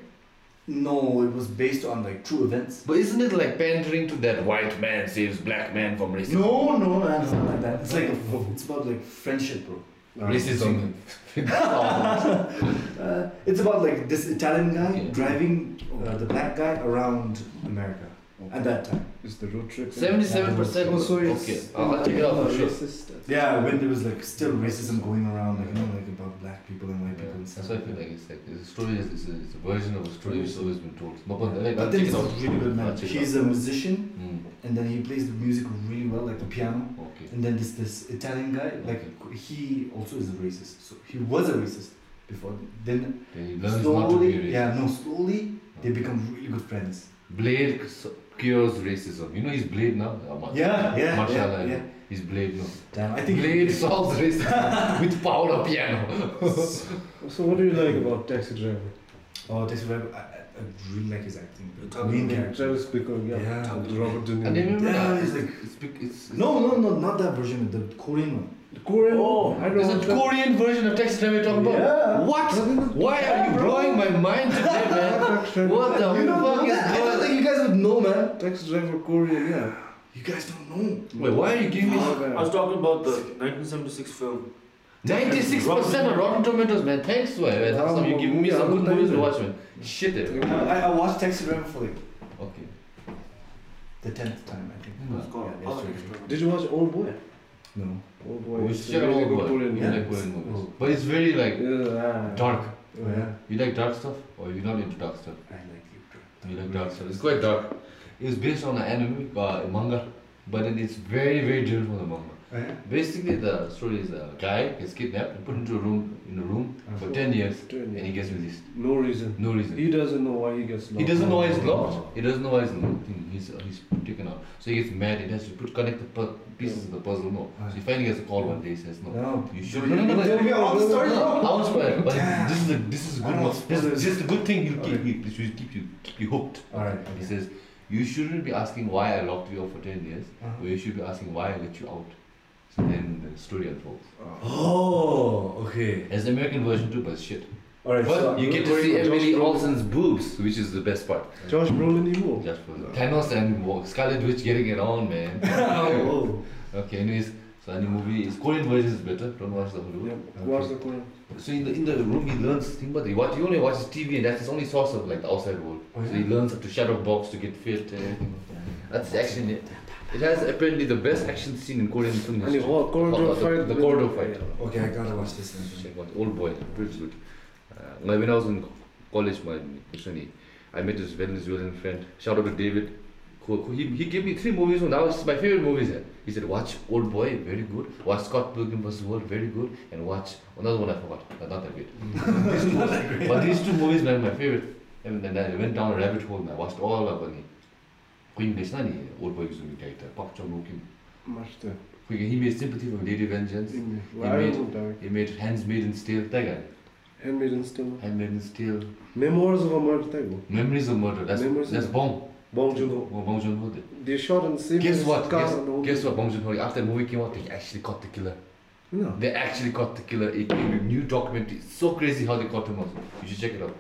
No, it was based on like true events.
But isn't it like pandering to that white man saves black man from racism?
No, no, man, it's not like that. It's like a, it's about like friendship, bro.
Racism.
Uh, it's about like this Italian guy
Yeah.
driving uh, the black guy around America at that time.
It's the road trip.
Seventy-seven percent.
Oh, so it's
Okay, I'll check it out for sure.
Racist.
Yeah, when there was like still racism going around, like you know, like about black people and white
Yeah,
people and stuff.
That's what I feel like. It's like it's a story. It's, it's, a, it's a version of a story that's always been told. But
But then it's really good, man. He's a musician.
Mm,
and then he plays the music really well, like the piano.
okay.
And then this this Italian guy, like he also is a racist. So he was a racist before. Then
Then he learns not to be
slowly,
racist.
yeah, no, slowly they become really good friends.
Blade c- cures racism. You know he's Blade now. Uh, Ma-
Yeah, yeah,
Martial
yeah,
art.
yeah.
He's Blade now.
Damn, I think
Blade solves racism with power of piano.
So what do you like about Taxi Driver?
Oh, Taxi Driver, I, I, I really like his acting.
You're
The
talking
main
about
character.
Travis Bickle, yeah.
Yeah.
And Robert De
And then
Niro.
remember
Yeah,
that
it's
it's, it's, big- it's, it's
No, no, no, not that version. The Korean one.
The Korean. Oh, I
There's
don't
a
know.
Korean version of Taxi Driver talking about.
Yeah.
What? Why are you blowing my mind today, man? What the
You don't know
fuck is
that? I
going
don't think you guys would know, man.
Taxi Driver Korean, yeah.
You guys don't know.
Wait, why are you giving me
I was talking about the 1976 film.
96% of Rotten Tomatoes, man? Thanks, to man. That's how you give me some good movies to watch, man. Shit, eh.
I, I watched Taxi Driver for like
Okay.
the tenth time, I think.
It's called
Yeah,
All
that's
Extra.
Did you watch Old Boy?
No.
Old Boy.
We
is
should check out
really
Old
good
Boy.
Korean,
You
yeah.
like Korean movies.
Oh.
But it's very like
Yeah.
dark.
yeah.
You like dark stuff? Or you're not into dark stuff?
I like you,
You like dark stuff. It's quite dark. It's based on an anime, uh, manga. but it is very, very different from the manga.
Oh, yeah?
Basically, the story is a guy gets kidnapped and put into a room in a room for ten years,
Doing
and he
it.
gets released.
No reason.
No reason.
He doesn't know why he gets locked.
He doesn't know why he's
up.
locked. He doesn't know why he's locked. in. He's he's taken out. So he gets mad. He has to put connect the pu- pieces of the puzzle. No. So he finally gets a call one day. He says no.
Oh, No.
You should. No, no, no. no,
Tell me all the story,
no,
bro.
I won't spoil it, But
Damn.
this is a, this is a
I
good
don't
one.
want
This,
spoilers.
this is a good thing. He'll keep
Okay.
you. This will keep you keep you hooked.
Alright.
He says you shouldn't be asking why I locked you up for ten years.
Uh-huh.
But you should be asking why I let you out. So then the story unfolds.
Oh, okay.
There's the American version too, but it's shit.
Alright. so
But you
I'm
get to
worried
see
for Josh
Emily
Brolin.
Olsen's boobs, which is the best part.
Josh Brolin emo.
Just for Thanos and Wo- Scarlet Witch getting it on, man.
Oh,
Okay, anyways, so any movie is Korean version is better. Don't watch the Hollywood.
Yeah. What's the Korean?
So in the in the room he learns thing, but he watch he only watches TV and that's his only source of like the outside world.
Oh,
So he learns how to shadow box to get fit and everything. That's the action. It, it has apparently the best action scene in Korean film
And the
history.
whole corridor
Oh, the-
fight.
the
with-
corridor fight.
okay. I gotta watch this. Now.
Check out old boy, pretty good. Uh, like when I was in co- college, my recently, I met this Venezuelan friend. Shout out to David. Who, who- he, he gave me three movies. and That was my favorite movies. eh. He said, watch Old Boy, very good. Watch Scott Pilgrim vs. World, very good. And watch another one I forgot. Not, not that great. These two- But these two movies were my favorite. And then I went down a rabbit hole and I watched all of them. Queen Nesnani, Old Boy is a character. Park Chan Wook Kim.
Mashta.
He made Sympathy for Lady Vengeance.
English.
He
Well, I
made-
don't know.
He made Hands Made in Steel. That guy.
Handmaiden still.
Handmaiden Steel,
Memoirs of a Murder Taigo.
Memories of Murder. That's
Memories
that's
of-
Bong.
Bong Joon
Well, Bong Joon Ho did.
They shot in the same
Guess what?
car
Guess,
and all
guess
that.
what? Bong Joon Ho. After the movie came out, they actually caught the killer.
No.
They actually caught the killer. It came a new documentary. It's so crazy how they caught him. Also, you should check it out.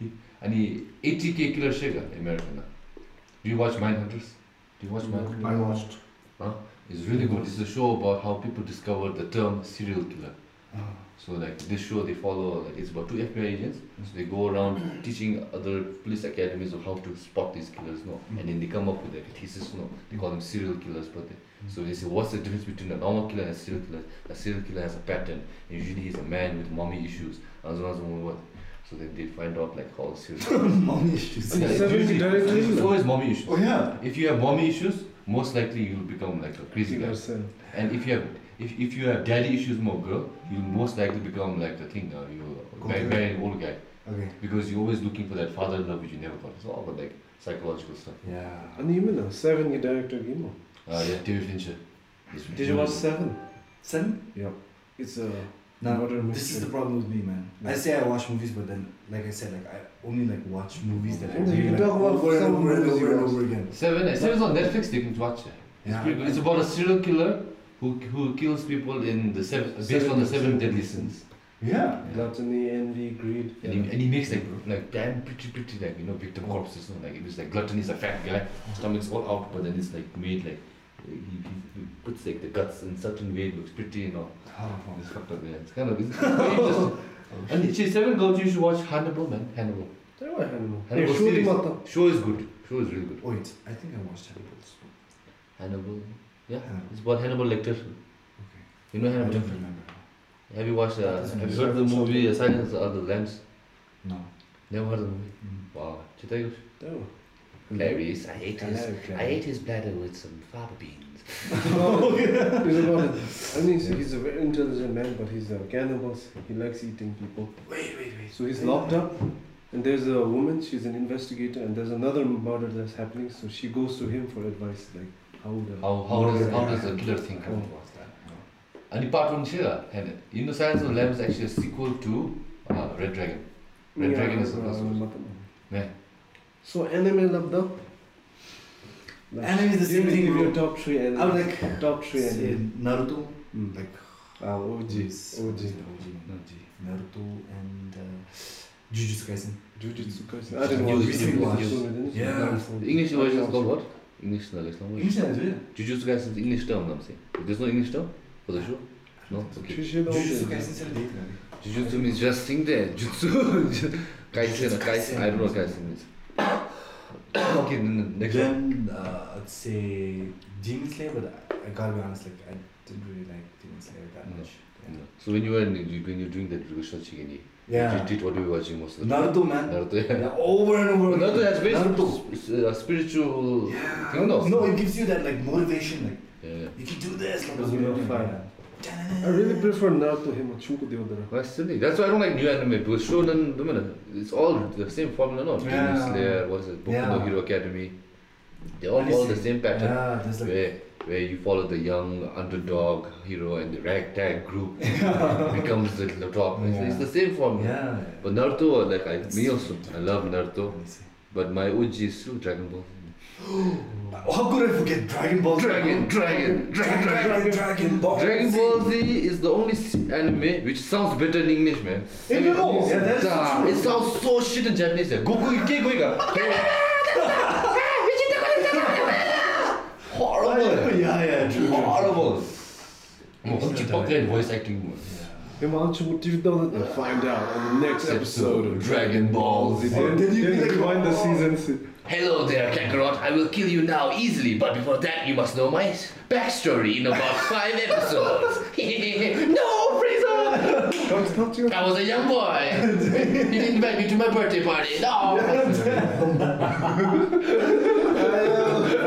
He- And he 80k killer Shiga, American. now. Do you watch Mindhunters? Do you watch Mindhunters?
I watched.
It's really good. It's a show about how people discovered the term serial killer.
uh,
So like this show, they follow like it's about two FBI agents. So they go around teaching other police academies of how to spot these killers, no. And then they come up with like a thesis, no. They call them serial killers, but they, so they say what's the difference between a normal killer and a serial killer? A serial killer has a pattern. And usually he's a man with mommy issues. Another one's a woman what? So then they find out like how serial.
Mommy issues.
Okay.
it's
seven
usually-
directly-
it's always mommy issues.
Oh yeah.
If you have mommy issues, most likely you'll become like a crazy guy.
Yourself.
And if you have if, if you have daddy issues more girl, you'll most likely become like the thing now, you very
Okay.
very old guy.
Okay.
Because you're always looking for that father love which you never got. It's all about like psychological stuff.
Yeah.
And even now, Seven the director Gimo.
Uh, yeah, David Fincher. He's-
Did you watch Seven?
Seven?
It's a
No.
murder
This is the
mystery.
problem with me, man. I say I watch movies, but then, like I said, like I only like watch movies that I
Yeah, you
really like
talk about
over and
some
over and
movies you
over and
watch.
over again.
Seven eh, Seven's on Netflix, you can watch it. It's
Yeah.
pretty good. It's about a serial killer who who kills people in the seven based on the seven deadly sins.
Yeah.
Gluttony, envy, greed.
And, he, and he makes like like damn pretty pretty like you know victim corpses. No? Like it was like gluttony is a fat guy, stomach's all out, but then it's like made like he, he, he puts like the guts in certain way, it looks pretty you know.
Horrible.
It's fucked up. Yeah, it's kind of it's very interesting.
Oh,
And actually, seven girls you should watch Hannibal man. Hannibal.
There were animal. Hey,
Hannibal
shoot him
series.
at the-
Show is good. Show is really good.
Wait, Oh, I think I watched Hannibal's.
Hannibal. Yeah,
Hannibal.
it's about Hannibal Lecter.
Okay.
You know
I don't
Hannibal. Lecter?
remember.
Have you watched? Uh,
That's
have you
amazing.
heard the movie uh, Silence of the Lambs?
No.
Never heard the movie.
Mm.
Wow. Chitayush.
There were.
Clarice, I ate his
Hello,
I
Claire.
ate his bladder with some fava beans.
He's about I mean, he's- he's a very intelligent man, but he's a cannibal. He likes eating people.
Wait, wait, wait.
So he's locked up, and there's a woman. She's an investigator, and there's another murder that's happening. So she goes to him for advice, like how would I?
How, how,
No,
does,
yeah,
how
yeah.
does a killer think?
I won't watch that. No.
And apart from Shira, and you know, Silence of the Lambs is actually a sequel to uh, Red Dragon. Red Dragon is the first one. Yeah.
So anime labda.
Anime is the same thing,
Your
bro.
top three anime.
I would like
top three
say
anime.
Naruto.
Mm.
Like
Ah, OG.
Yes,
OG.
OG. Naruto and uh, Jujutsu Kaisen.
Jujutsu Kaisen. I didn't watch
News,
Jujutsu
news,
Kaisen. didn't you?
Yeah.
The English version is called what? English no, it's not what? Jujutsu Kaisen is English term, I'm saying. There's no English term for the show? No? Okay.
Jujutsu Kaisen.
Jujutsu Kaisen is a
Jujutsu means just sing there. Jutsu. Kaisen,
Jujutsu
Kaisen. I don't know what Kaisen means. okay, then the next one.
Then uh, I'd say Demon Slayer, but I, I gotta be honest, like I didn't really like Demon Slayer that
No.
much. Yeah.
So when you were in, when you were doing that research again,
Yeah.
Did, what are we watching most of the time?
Naruto, man.
Naruto. yeah.
Yeah, over and over. again.
Naruto has
Naruto.
basically s- uh, spiritual
Yeah.
thing, no?
No, it gives you that like motivation. Like
Yeah.
you can do this. Like,
Because we don't fight.
Yeah.
I really prefer Naruto Himachunku Deodara.
That's silly. That's why I don't like new anime because Shonen, no matter, it's all the same formula, no? Demon
Yeah.
Slayer, what is it? Boku no
Yeah.
Hero Academy. They all
And you
follow the
see-
same pattern.
Yeah, there's like
where where you follow the young underdog hero and the ragtag group becomes the the top. It's, it's the same form.
yeah.
But Naruto, like I, me
It's-
also, I love Naruto,
Let me see.
but my OG is still Dragon Ball.
How could I forget Dragon Ball? Z?
Dragon, Dragon, Dragon, Dragon.
Dragon, Dragon Ball.
Dragon
Z.
Ball Z is the only s- anime which sounds better in English, man.
Hey, no, no. Yeah, that's so
Nah,
true.
it sounds so shit in Japanese. Yeah. Goku, Ike, Goiga.
Yeah,
Horrible.
yeah, yeah, true.
Horrible. Chipotle voice acting.
Himachunku Deodara. And find out on the next episode of
Dragon Ball Z.
Then,
Oh, Did you
then
think-
rewind the season.
Hello there, Kakarot. I will kill you now easily, but before that, you must know my backstory in about five episodes. no, Frieza!
Come stop to
I was a young boy. You didn't invite me to my birthday party. No.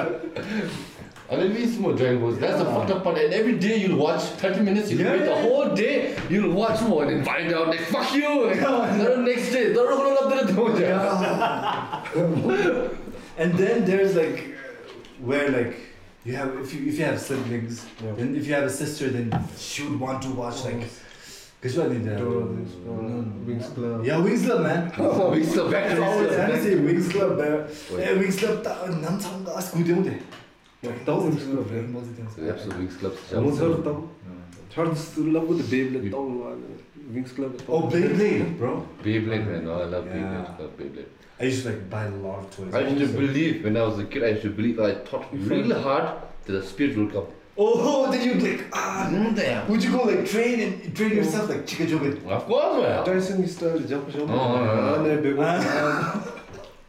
I mean, it's more Dragon Balls. That's the fucked up part. And every day you'll watch 30 minutes, you'll
Yeah.
wait the whole day, you'll watch more and then find out, like, fuck you! And the next day, yeah.
and then there's like uh, where like you have if you if you have siblings
Yeah. Oh.
then if you have a sister then she would want to watch like Gajwani
Wings Club.
yeah Wings Club man
we still back to
It's
this.
always
Back
fancy
to-
Wings Club man
Wait.
yeah Wings Club 다 남성과 구대용대 like thousands of people
Absolute Wings Club.
Vamos ver então. Charles love the Beyblade então, mano. Wings Club então.
oh Beyblade bro
Beyblade, man. Oh, I love Beyblade.
Yeah.
I love Beyblade.
I used to like buy a lot of toys
I used to believe when I was a kid. I used to believe. I thought really hard that the spirit will come.
oh then you'd like ah
damn.
would you go like train and train yourself like Chica Jogan
Of course, man.
Tyson style jump jump.
Oh, no, no, no.
Ah, né, Beyblade.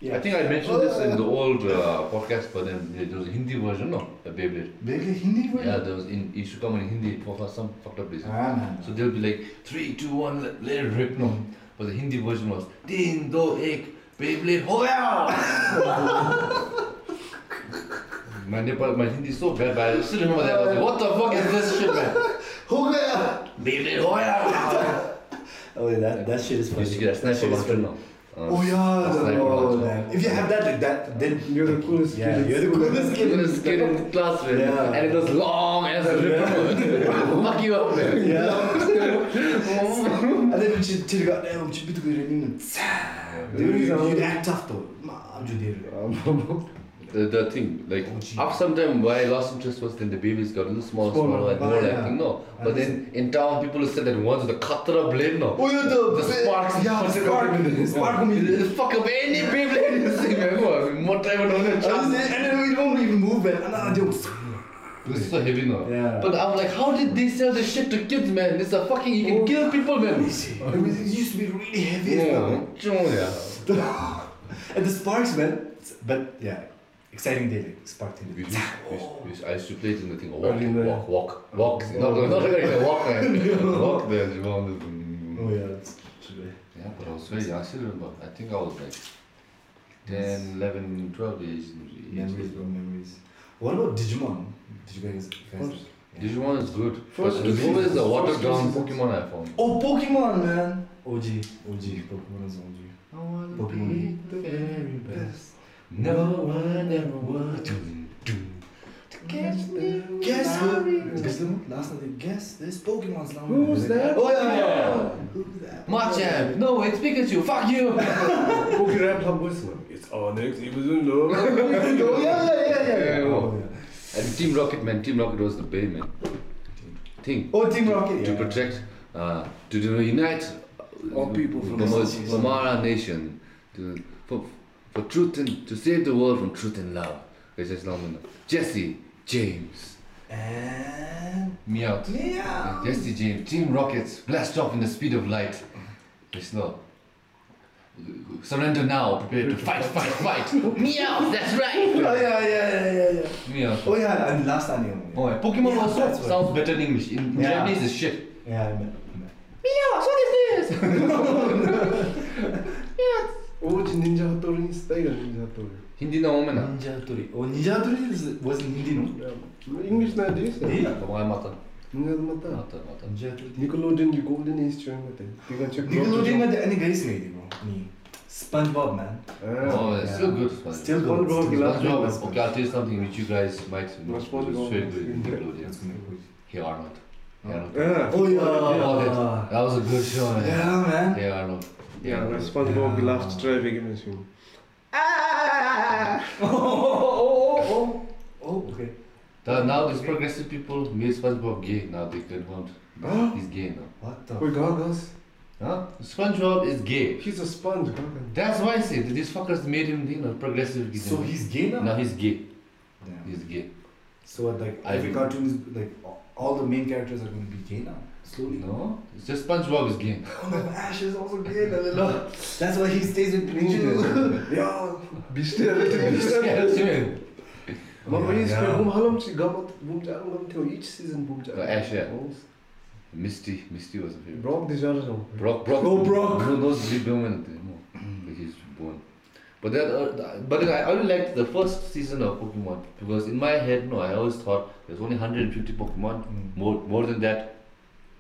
I think I mentioned this in the old uh, podcast, but then there there was a Hindi version, no? The Beyblade.
Beyblade Hindi version
Yeah, there was in. It should come in Hindi for for some fucked up reason.
Ah, man.
So they'll be like three, two, one, let, let it rip, no? But the Hindi version was Din do ek Beyblade ho gaya. My Nepal, my Hindi is so bad, but I still remember that. I was like, what the fuck is this shit, man?
Ho gaya!
Beyblade ho gaya.
Oh, wait, that, that shit is
You
funny.
used to get a
That
sniper
shit is
launcher
funny.
now. Uh,
Oh, yeah.
a sniper
oh,
launcher.
man. If you have that like that, then
You're the coolest
yeah,
kid in
You're the
school.
coolest kid.
It
in
was
school.
good in class, man.
Yeah.
And it was long as a ripper. Fuck you up, man.
Yeah. and then when she till got down, she beat the ring. Dude, Um, you- you'd act tough though. Ma, I'm just there.
Ah, mano.
The, the thing, like,
Oh, gee.
after some time, why I lost interest was then the babies got a little smaller,
Smaller.
smaller, and more
Ah,
like,
yeah.
no.
And
But then in town, people said that once the Khatra blade, no.
Oh, yeah, the,
The sparks-
Yeah,
sparks-
spark. Spark me.
The fuck up any Beyblade you see, man. Go on, More time and only
And
chance.
then we don't even move, man. And I do.
It was so heavy, no.
Yeah.
But I'm like, how did they sell this shit to kids, man? It's a fucking, you
Oh.
can kill people, man.
It was- it used to be really heavy. as well, man.
Yeah. Yeah.
and the sparks, man. But yeah, exciting day, like spark day.
We used, we used, we used, I used to play it in the thing, walk,
Early in the-
walk, walk, walk. Not, not like a walk, man. Walk there, you know, and then-
Oh yeah, that's true.
Yeah, but I was very young. I still remember. I think I was like 10, 11, 12 years.
Memories, bro, memories. What about Digimon? Did you guys? guys yeah.
Digimon is good.
First
but
two
Digimon is the
seasons.
watered
First two
down
seasons.
Pokemon I found.
Oh, Pokemon, man. OG, OG, Pokemon is OG. Pokemon.
the very best. No one ever would. Dun, dun. To catch me.
Guess who? Guess the last night. Guess this Pokemon's number.
Who's that?
Oh, yeah, yeah.
Who's that?
Machamp. No, it's Pikachu. Fuck you. Oh,
Porque rap lá boys, mano. It's all next even though.
Oh yeah, yeah, yeah, yeah.
Yeah, yeah.
Oh, yeah.
And Team Rocket, man. Team Rocket was the bay, man. Thing.
oh, Team Rocket.
to
Yeah.
protect, uh, to, to unite uh,
All people from
Burma-
this nation.
Burmara nation, to, for, for truth and to save the world from truth and love. It's just long enough. Jesse James.
And
Meow.
meow.
Jesse James. Team Rockets blast off in the speed of light. It's not. Surrender now. Prepare to fight, fight, fight. Meow. That's
Oh
right.
yeah, yeah, yeah, yeah, yeah.
Meow.
Oh yeah, and last anime.
Oh, yeah. Pokemon
Yeah,
also
that's right.
sounds better in English. In
Yeah.
Japanese, it's shit.
Yeah, I met.
Mios, what is this?
Oh, it's Ninja Hattori is there, Ninja Hattori.
Hindi na woman ah.
Ninja Hattori. Oh, Ninja Hattori is- was in Hindi, no?
English nowadays.
Yeah.
Kamukha mata.
Ninja Mata.
Mata, mata.
Ninja Hattori.
Nickelodeon, you golden age during the day. You got your
Nickelodeon मध्ये अनि गइसकेको थियो, bro. अनि SpongeBob, man.
Ah,
Oh, it's
Yeah.
still good.
Still good.
SpongeBob,
Still
you
good.
love
SpongeBob,
SpongeBob.
okay, I'll tell you something which you guys might know. It's
SpongeBob.
very good in
It's
Nickelodeon.
gonna be good.
Hey Arnold. Hey
Huh?
Arnold.
Ah,
Oh,
Oh,
yeah.
That was a good show, man.
Yeah, man.
Hey Arnold. Hey
Yeah,
Arnold.
responsible
Yeah.
beloved driving in this film.
Oh, oh, oh, oh, oh. Okay.
Now- now these progressive people made SpongeBob gay. Now they confirmed he's gay now.
What the?
We're gagas.
Huh? SpongeBob is gay.
He's a sponge, gaga.
That's why I say that these fuckers made him, you know, progressive.
So he's gay now?
now he's gay.
Damn.
He's gay.
So what, like
I-
every cartoon is like a- all the main characters are going to be gay now. Slowly.
No, it's just SpongeBob is gay.
Oh no, Ash is also gay. No, no, no. That's why he stays with Pikachu.
Ninja. Yeah, Bishnoi.
Yeah,
But when
Yeah,
he's
yeah.
film, how long she gamat boom jaram gam theo each season boom jaram.
Uh, Ash, yeah. Misty, Misty was a favorite.
Brock the jaram.
Brock, Brock.
Oh, Brock.
No, no, he's born. No, he's born. But that, uh, but then I only liked the first season of Pokemon because in my head, no, I always thought there's only 150 Pokemon.
Mm.
More, more than that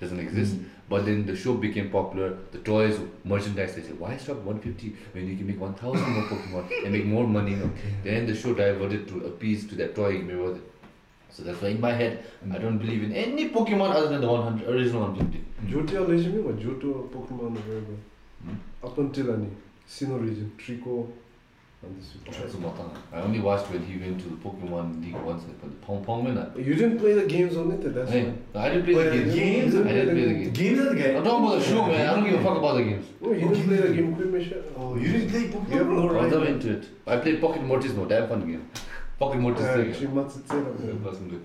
doesn't exist. But then the show became popular. The toys, merchandise. They said, why stop 150 when you can make 1,000 more Pokemon and make more money? No. Then the show diverted to appease to that toy mirror. So that's why in my head, I don't believe in any Pokemon other than the 100 original 150.
Mm.
Jotio legend me, Jotio Pokemon available.
Hmm.
Up until any Sinnoh region, Trico, and this.
That's about it. I only watched when he went to the Pokemon League once, but the Pong Pong winner.
You didn't play the games on it, eh? that's
Hey,
why.
no, I didn't play
But
the games.
games are-
I didn't play the games.
Games are the guy.
I'm talking about the show, man. I Oh, don't give a fuck about the games.
Oh, you didn't play the game Queen Mission?
Oh, you didn't play Pokemon.
You have no
I was
right.
not into it. I played Pocket Mortis, no, damn fun game. Pocket Mortis,
Yeah,
yeah.
she must have said that.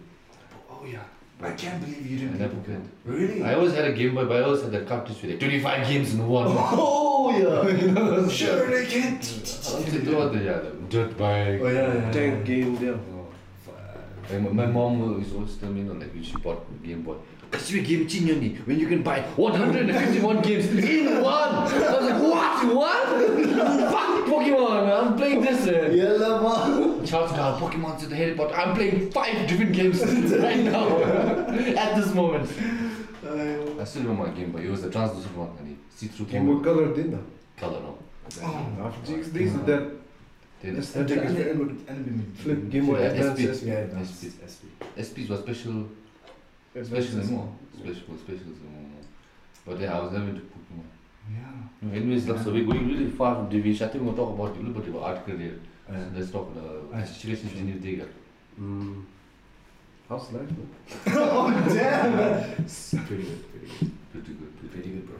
Oh yeah. I can't believe you didn't
I
play
never
Pokemon. Really?
I always had a Game Boy, but I always had that cartridge with like 25 games in one.
Oh yeah. sure, I can't.
What the yeah, the dirt bike.
Oh yeah, yeah.
Tank game there.
Oh. And my- my mom was always telling me, you know, like when she bought the Game Boy, because you're game genie when you can buy 151 games in one. I was like, what? What? Fuck Pokemon, man. I'm playing this. Eh.
Yeah, love.
Charles Brown, Pokemon to the Harry Potter. I'm playing five different games right now. at this moment.
Oh.
I still remember my Game Boy. It was a translucent one and it see through
Game Boy Color dinner.
color. No.
Oh.
After GX days, that
Then
Yes. That is the flip Game Boy
Yeah,
Advance
SP.
SP.
Yeah, that's
SP.
SP.
SPs were special,
Advance
special and
SP.
more. Special, special and more. But yeah, I was never into Pokemon.
Yeah.
No, Anyways, look, so we're going really far from deviation. I think we'll talk about a little bit about art career. So let's talk uh, about
Ah,
the situation
sure.
in New Delhi.
Mm. How's life, man?
oh damn! It's pretty good, pretty good,
Pretty good, pretty
pretty
good.
good, bro.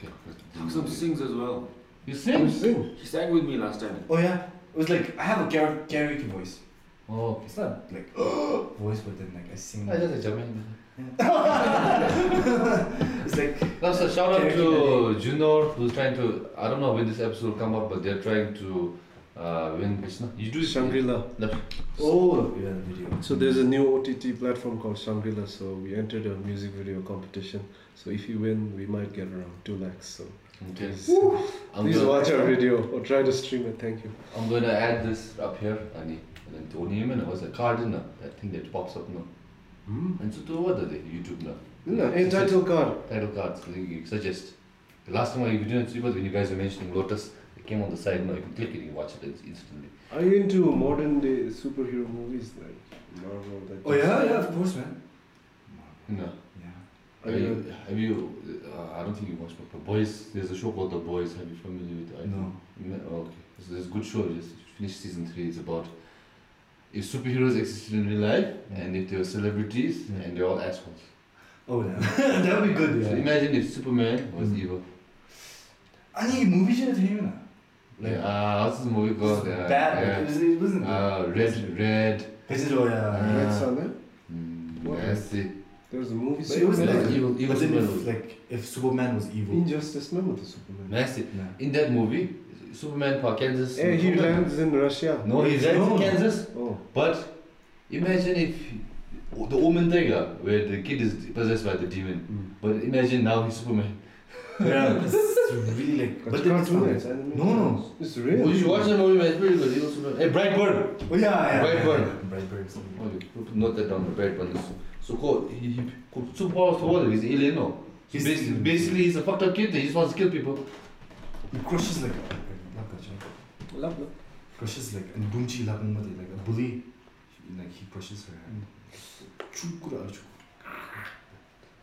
Okay. let's do
Some
New Delhi.
sings as well.
You
You
sing?
sing.
She sang with me last time.
Oh yeah, it was like I have a kara- karaoke voice.
Oh,
It's not like voice, but then like I sing.
I just a Jamaican.
it's like
Now, so shout out to
Karaoke.
Junor who's trying to. I don't know when this episode will come out, but they're trying to uh, win. It's not, you do
Shangri-La.
No.
oh yeah, the video.
So there's a new OTT platform called Shangri-La. So we entered a music video competition. So if you win, we might get around two lakhs. So
Okay.
please,
I'm
please
gonna,
watch our video or try to stream it. Thank you.
I'm gonna add this up here, Ani. And then Tony Emin was a card in that thing that pops up now. And so, to what are they? YouTube now.
No, in title card.
title cards like you suggest. The last time I you didn't see, but when you guys were mentioning Lotus, it came on the side. Now you can click it, you watch it it's instantly.
Are you into modern day superhero movies like Marvel? That
Oh yeah, yeah, of course, man.
No,
Yeah.
Are
have
you,
you? Have you uh, I don't think you watched Papa Boys. There's a show called The Boys. Have you familiar with it? I
No.
think- no, okay. So there's a good show. Just finished season three. It's about if superheroes existed in real life
Mm.
and if they were celebrities
Mm.
and they're all assholes.
Oh damn, that would be good.
So
Yeah.
imagine if Superman was
Mm.
evil.
I think movie should have him.
Like uh, what's this movie called? Uh,
Bad.
yeah.
It wasn't.
Uh, red, red.
Digital, yeah.
Red
uh,
Sun, eh?
Mm,
What?
nasty.
There's a movie.
So it was
like
like
Yeah, evil- evil
but then
Superman.
if, like if Superman was evil.
Injustice, remember the Superman?
Nasty.
Yeah.
In that movie, Superman for Kansas.
Eh, he lands in Russia.
No, he lands
No.
in Kansas.
Oh,
But imagine if the Omen thing, uh, where the kid is possessed by the demon. But imagine now he's Superman.
Yeah.
it's really like.
But
then
it's cartoon,
fun.
it's anime.
No, no.
It's real.
Oh, you should watch that movie, man. It's pretty good. He was Superman. Hey, Brightburn!
Oh, yeah, yeah.
Brightburn.
Brightburn. something.
Oh, you put- note that down, Brightburn. is- So called, he, he could superpowers to water. He's alien, no? He's
He's-
basically, basically, he's a fucked up kid. that He just wants to kill people.
He crushes like. Not crushes.
Love, love.
Crushes like. And Bunchi Lakumati, like a bully. Like he crushes her hand. Chukura, chukura.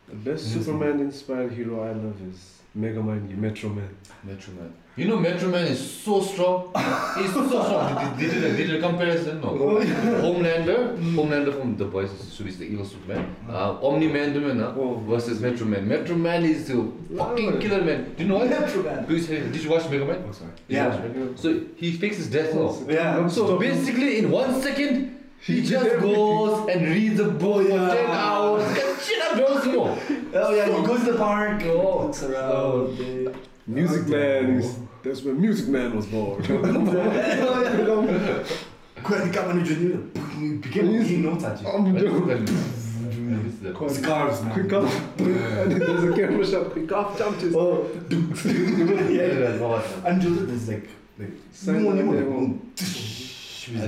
The best
Yes,
Superman inspired hero I love is Mega Man, Metro Man.
Metro Man. You know, Metro Man is so strong. He's so strong. They, they, did a, they did a comparison,
어,
no? Homelander, Homelander from The Boys, so he's the evil Superman. Uh, Omni Man, the man, uh,
Oh.
versus Metro Man. Metro Man is the fucking killer man. Do you know what?
Metro Man.
Bruce, Harris- did you watch Mega Man?
Oh, sorry.
Did you watch Mega Man? So he fakes his death now.
Yeah.
So basically, in one second, he,
He did
just
everything.
goes and reads a book for
Yeah.
10 hours. That shit up, knows more.
Oh yeah, he goes to the park,
Oh.
looks around. eh.
Music Man is. That's where Music Man was born.
Quando acaba no Juninho, pequeno e não tá de.
I'm doing
That's the-
Scarves, man.
quick off. and then there's a camera shot. Quick off, jump to
Oh,
Yeah,
yeah.
that's awesome.
Until there's like, like, 뭐,
Send
one,
them
one,
their own.
one. Tsh, with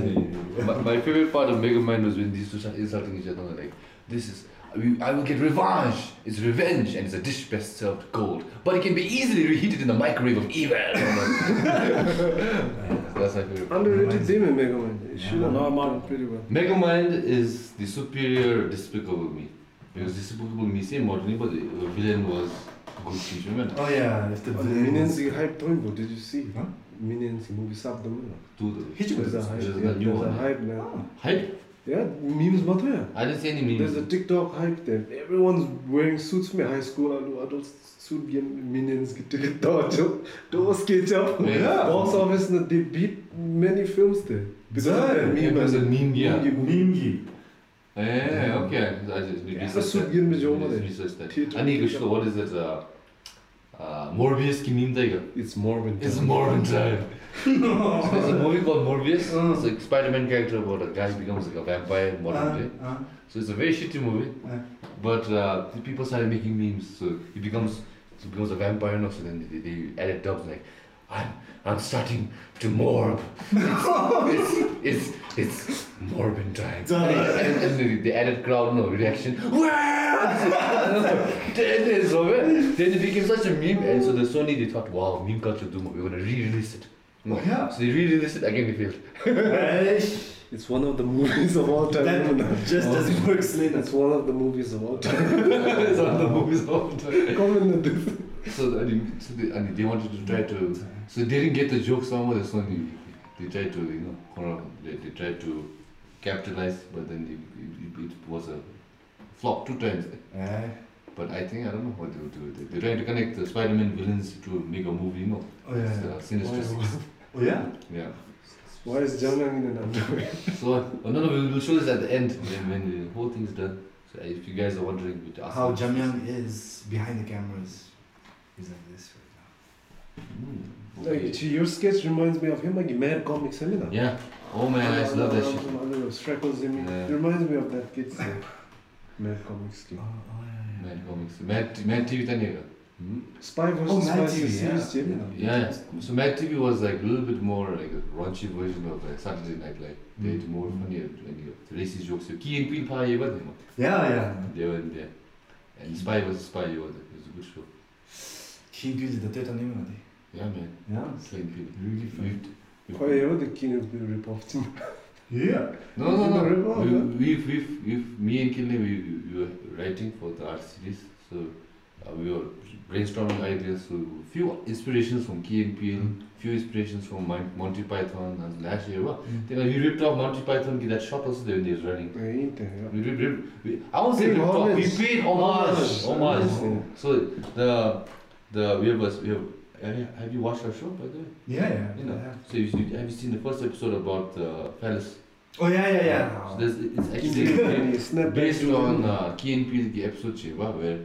a-
my, my favorite part of Mega Man was when these two started insulting each other like, this is, I will- I will get revenge. It's revenge and it's a dish best served cold. But it can be easily reheated in the microwave of evil. That's my favorite part.
Underrated demon Mega Man. It should have
No, I'm
done
out.
pretty well.
Mega Man is the superior Despicable Me. Because Despicable Me, same modern, but the uh, villain was good teacher, man.
Oh yeah, if the
Oh, the
villain
Minions
is.
ki hype तो इनको did you see?
Huh?
Minions की movie साफ दम है ना.
Do the
There's a hype.
There's a
yeah,
new
there's
one.
a hype man.
hype.
Yeah, memes मत है.
I didn't see any memes.
There's a TikTok hype there. Everyone's wearing suits में high school वालों adults suit game minions की ticket तो जो तो उसके जब
Yeah.
box office ने they beat many films there because of that
Yeah,
meme.
because
man.
of meme, yeah.
Meme, meme.
Mingi.
Yeah, Eh, okay. I just need
Yeah.
research
That's what
that.
Guillermo Joe
Just
wanted.
research that.
Theatre.
I need to show what is it? Uh, uh, Morbius ki meme tha
It's Mormon.
It's
time.
Morbius time. There's a movie called Morbius. It's like Spider-Man character about a guy becomes like a vampire in modern day. So it's a very shitty movie.
Uh.
But uh, the people started making memes. So he becomes so becomes a vampire now. So then they, they added dubs like, I'm I'm starting to morb. it's it's it's, it's morbin time. and, and, and they added crowd no reaction. Dead is over. Then it became such a meme, and so the Sony they thought, wow, meme culture doomer. We're gonna re-release it. No.
Yeah.
So they re-released it again. They failed.
It's one of the movies of all time.
That just doesn't work, Slay.
It's one of the movies of all time.
it's on the movies all the time.
Common in this.
So, I mean, so they, I mean, they wanted to try to. So they didn't get the joke somewhere. That's only they tried to, you know, corner- they, they tried to capitalize, but then it, it, it, it was a flop two times.
Eh.
But I think I don't know what they would do. with it. They, they're trying to connect the Spider-Man villains to make a movie, you know,
Oh yeah.
uh, Sinister Six.
Oh yeah.
Yeah.
Why is John Lennon in underwear?
So oh, no, no, we'll, we'll show this at the end when, when the whole thing's done. So uh, if you guys are wondering, we ask
How
them.
Jamyang is behind the cameras. He's like this
Hmm,
Like,
okay.
your sketch reminds me of him, like Mad Comic Seminar.
Yeah. Oh man, I love that shit.
Freckles in me.
Yeah.
It reminds me of that kid's sketch. Mad Comic Skin.
right now. Oh, yeah,
Mad comics. Mad, Mad TV Tanyaga. Hmm?
Spy versus
Oh,
Spy
Mad
is a
TV, yeah.
series, Gemini.
Yeah, yeah. So Mad TV was like a little bit more like a raunchy version of like Saturday Night Live.
Hmm.
They had more funny and racist jokes. Key and Queen Pie, you were there.
yeah. yeah.
They were in there. And Spy was Spy, you were there. It was a good show.
King Beauty, the third anime, are they?
Yeah, man.
Yeah.
Key and Peele.
Really fun.
We've- we've-
Oh, yeah, the king of the report.
Yeah.
No, no,
Remember
no.
River,
We,
huh?
we've, we've, we've, me and Kilne, we, we- we were writing for the art series. So uh, we were brainstorming ideas. So few inspirations from Key and Peele, few inspirations from Mon- Monty Python and last year. Well,
Mm.
then we ripped off Monty Python, that shot also there when he was running.
Yeah, ain't there, yeah.
We, rip, rip, we, I won't say
Paid
ripped off, we
homage.
paid homage.
Homage.
Homage.
Homage,
So the, the, we have, a- we have, have you- have you watched our show by the way?
Yeah, yeah.
You know.
yeah.
So you, you- have you seen the first episode about the palace?
Oh, yeah, yeah,
So
yeah.
there's, it's
King
actually
of the Snap
based
back to
on
the-
uh, Key and Peele, the episode Shiva, where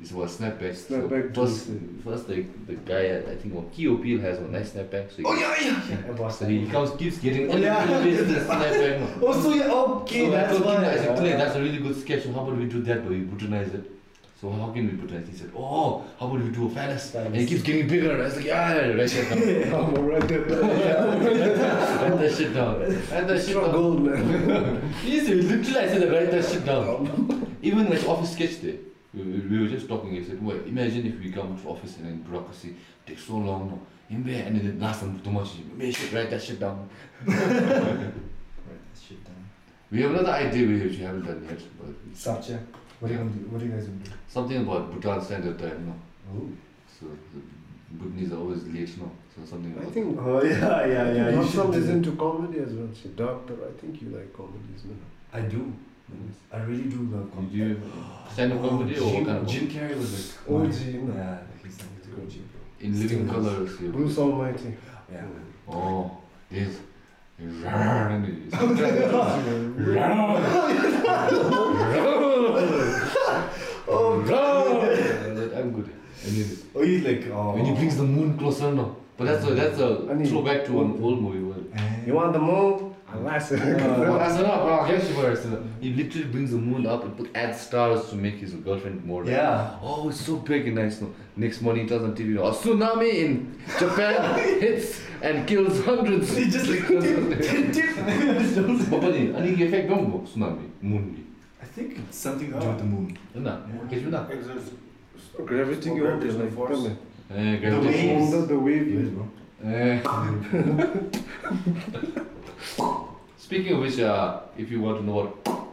It's about snapbacks.
Snapback
so first,
too.
first the, the guy at, I think Key O'Peel has one nice snapback. So he,
Oh yeah, yeah, yeah. About
so he comes keeps getting
Oh, yeah.
every little bit of snapback. man.
Oh, so yeah, okay,
so I
that's
told
why.
him, I said, Clay,
yeah.
that's a really good sketch. So how about we do that, but we Bhutanize it? So how can we Bhutanize? He said, oh, how about we do a phallus? And he
Phallus.
keeps getting bigger. And I was like, yeah, yeah, yeah, write that down.
I'm alright
Write that shit down. Write that shit down.
gold, man.
Yes, literally, I said, write that shit down. Even like office sketch day, we, we, we were just talking. He said, well, imagine if we come to office and then bureaucracy takes so long. no? And then last time too much, man, shit, write that shit down.
Write that shit down.
We have another idea which we haven't done yet, but
Sapcha. What are you gonna do? What are you guys gonna do?
something about Bhutan standard time, no?
Oh.
So the Bhutanese are always late, no? So something
I
about
think
Oh yeah, yeah, yeah. You should
Laksham
do
is
that.
into comedy as well. She doctor. I think you like comedies, man.
I do. I really do love
Did
comedy. Oh,
you stand up comedy or
Jim,
what kind of
Jim Carrey was like
OG, no?
Yeah, he's like the OG bro.
in living
Still
colors? you-
Bruce Almighty.
Yeah.
Oh, this. I'm good. And then-
Oh, he's like oh.
When he brings the moon closer, no. But that's a that's a
I need-
throwback to an old movie. Well,
And-
You want the moon? Alas.
No, that's enough. Bro. I guess you were- that's enough. He literally brings the moon up and put adds stars to make his girlfriend more. like,
Yeah.
Oh, it's so big and nice. No. Next morning, he turns on TV. A tsunami in Japan hits and kills hundreds.
He just like dip, dip.
But buddy, I need effect don't work. Tsunami, moon. be.
I think it's something to do with the moon.
Nah,
Yeah.
catch me now.
Gravity, you want
Gravitational
like
force.
come on.
Eh,
The
gravitation.
waves.
Under the wave.
Yes,
man.
bro.
Eh. Speaking of which, uh, if you want to know what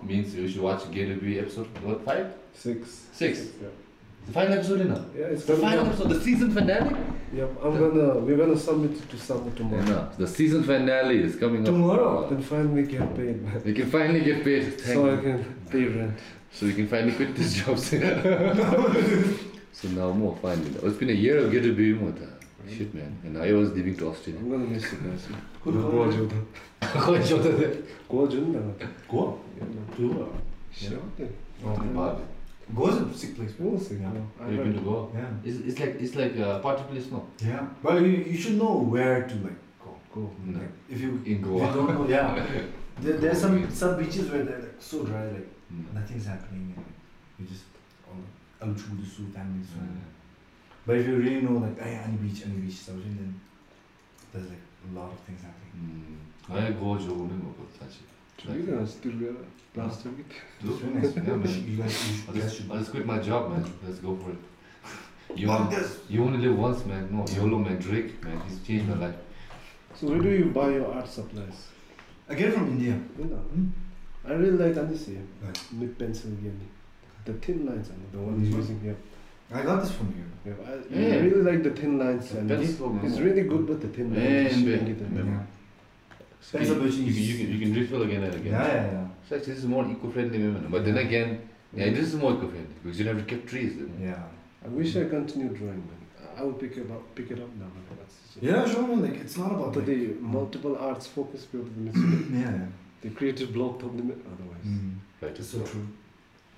means, you should watch Gateway episode what five,
Six.
six.
Yeah.
The final episode, you know.
Yeah, it's
The final
gonna.
episode, the season finale.
Yep, I'm gonna. We're gonna submit it to someone tomorrow.
No, the season finale is coming up.
Tomorrow.
Then finally get paid, man.
You can finally get paid. Thank
So I
you.
can pay rent.
So you can finally quit this job. so now more finally. It's been a year of Gateway, Mota. Shit, man. And I was leaving to Australia.
I'm gonna miss you guys. man.
Who
Go
called
Jordan.
Quite sure that it-
Go Jordan, man.
Goa.
Yeah, man.
Goa.
Sure.
Goa's a sick place. bro.
We'll see.
Yeah.
man. I
You've been to
heard.
Goa?
Yeah.
It's, it's like it's like a party place, no?
Yeah. Well, you, you should know where to like go.
Go.
No.
Like, if you
In
If
Goa.
you don't know, yeah. There, there's some some beaches where they're like so dry, like
Mm.
nothing's happening, and you just all out to the zoo, family zoo.
Yeah.
But if you really know, like, hey, any beach, any beach, is out here," then there's like a lot of things happening.
Mm. I go to Goa, no, but that's it.
To be honest, did we uh, last week?
It's very nice.
Yeah, man.
You guys,
I
you guys
just,
should.
I just quit my job, man. Let's go for it. You
Fuck
only,
this.
you only live once, man. No, YOLO, man. Drake, man. He's changed my life.
So where do you buy your art supplies?
I get it from India.
You know,
Hmm?
I really like Anisi,
Right.
mid Pennsylvania. The thin lines, and the one
This
he's
one?
using here.
I got this from here.
Yeah, I, I
Yeah.
really like the thin lines.
The
and
best
it's,
one,
it's
man.
really good, but the thin
Man,
lines. is
man.
showing it and-
Yeah. So
That's
you,
a
you,
bit
can, you, can, you can refill again and
Yeah,
again.
yeah, yeah.
So actually, this is more eco-friendly, man. But then again, yeah, this is more eco-friendly because you don't have to cut trees. you know.
Yeah.
I wish I continued drawing, man. I- I would pick it up, pick it up now. Man. That's just-
Yeah, sure. man, Like, it's not about
But
like,
the multiple arts focus built the Mitsubishi.
Mm.
yeah, yeah.
the creative block of the mi- otherwise.
Mm.
Right.
It's so true.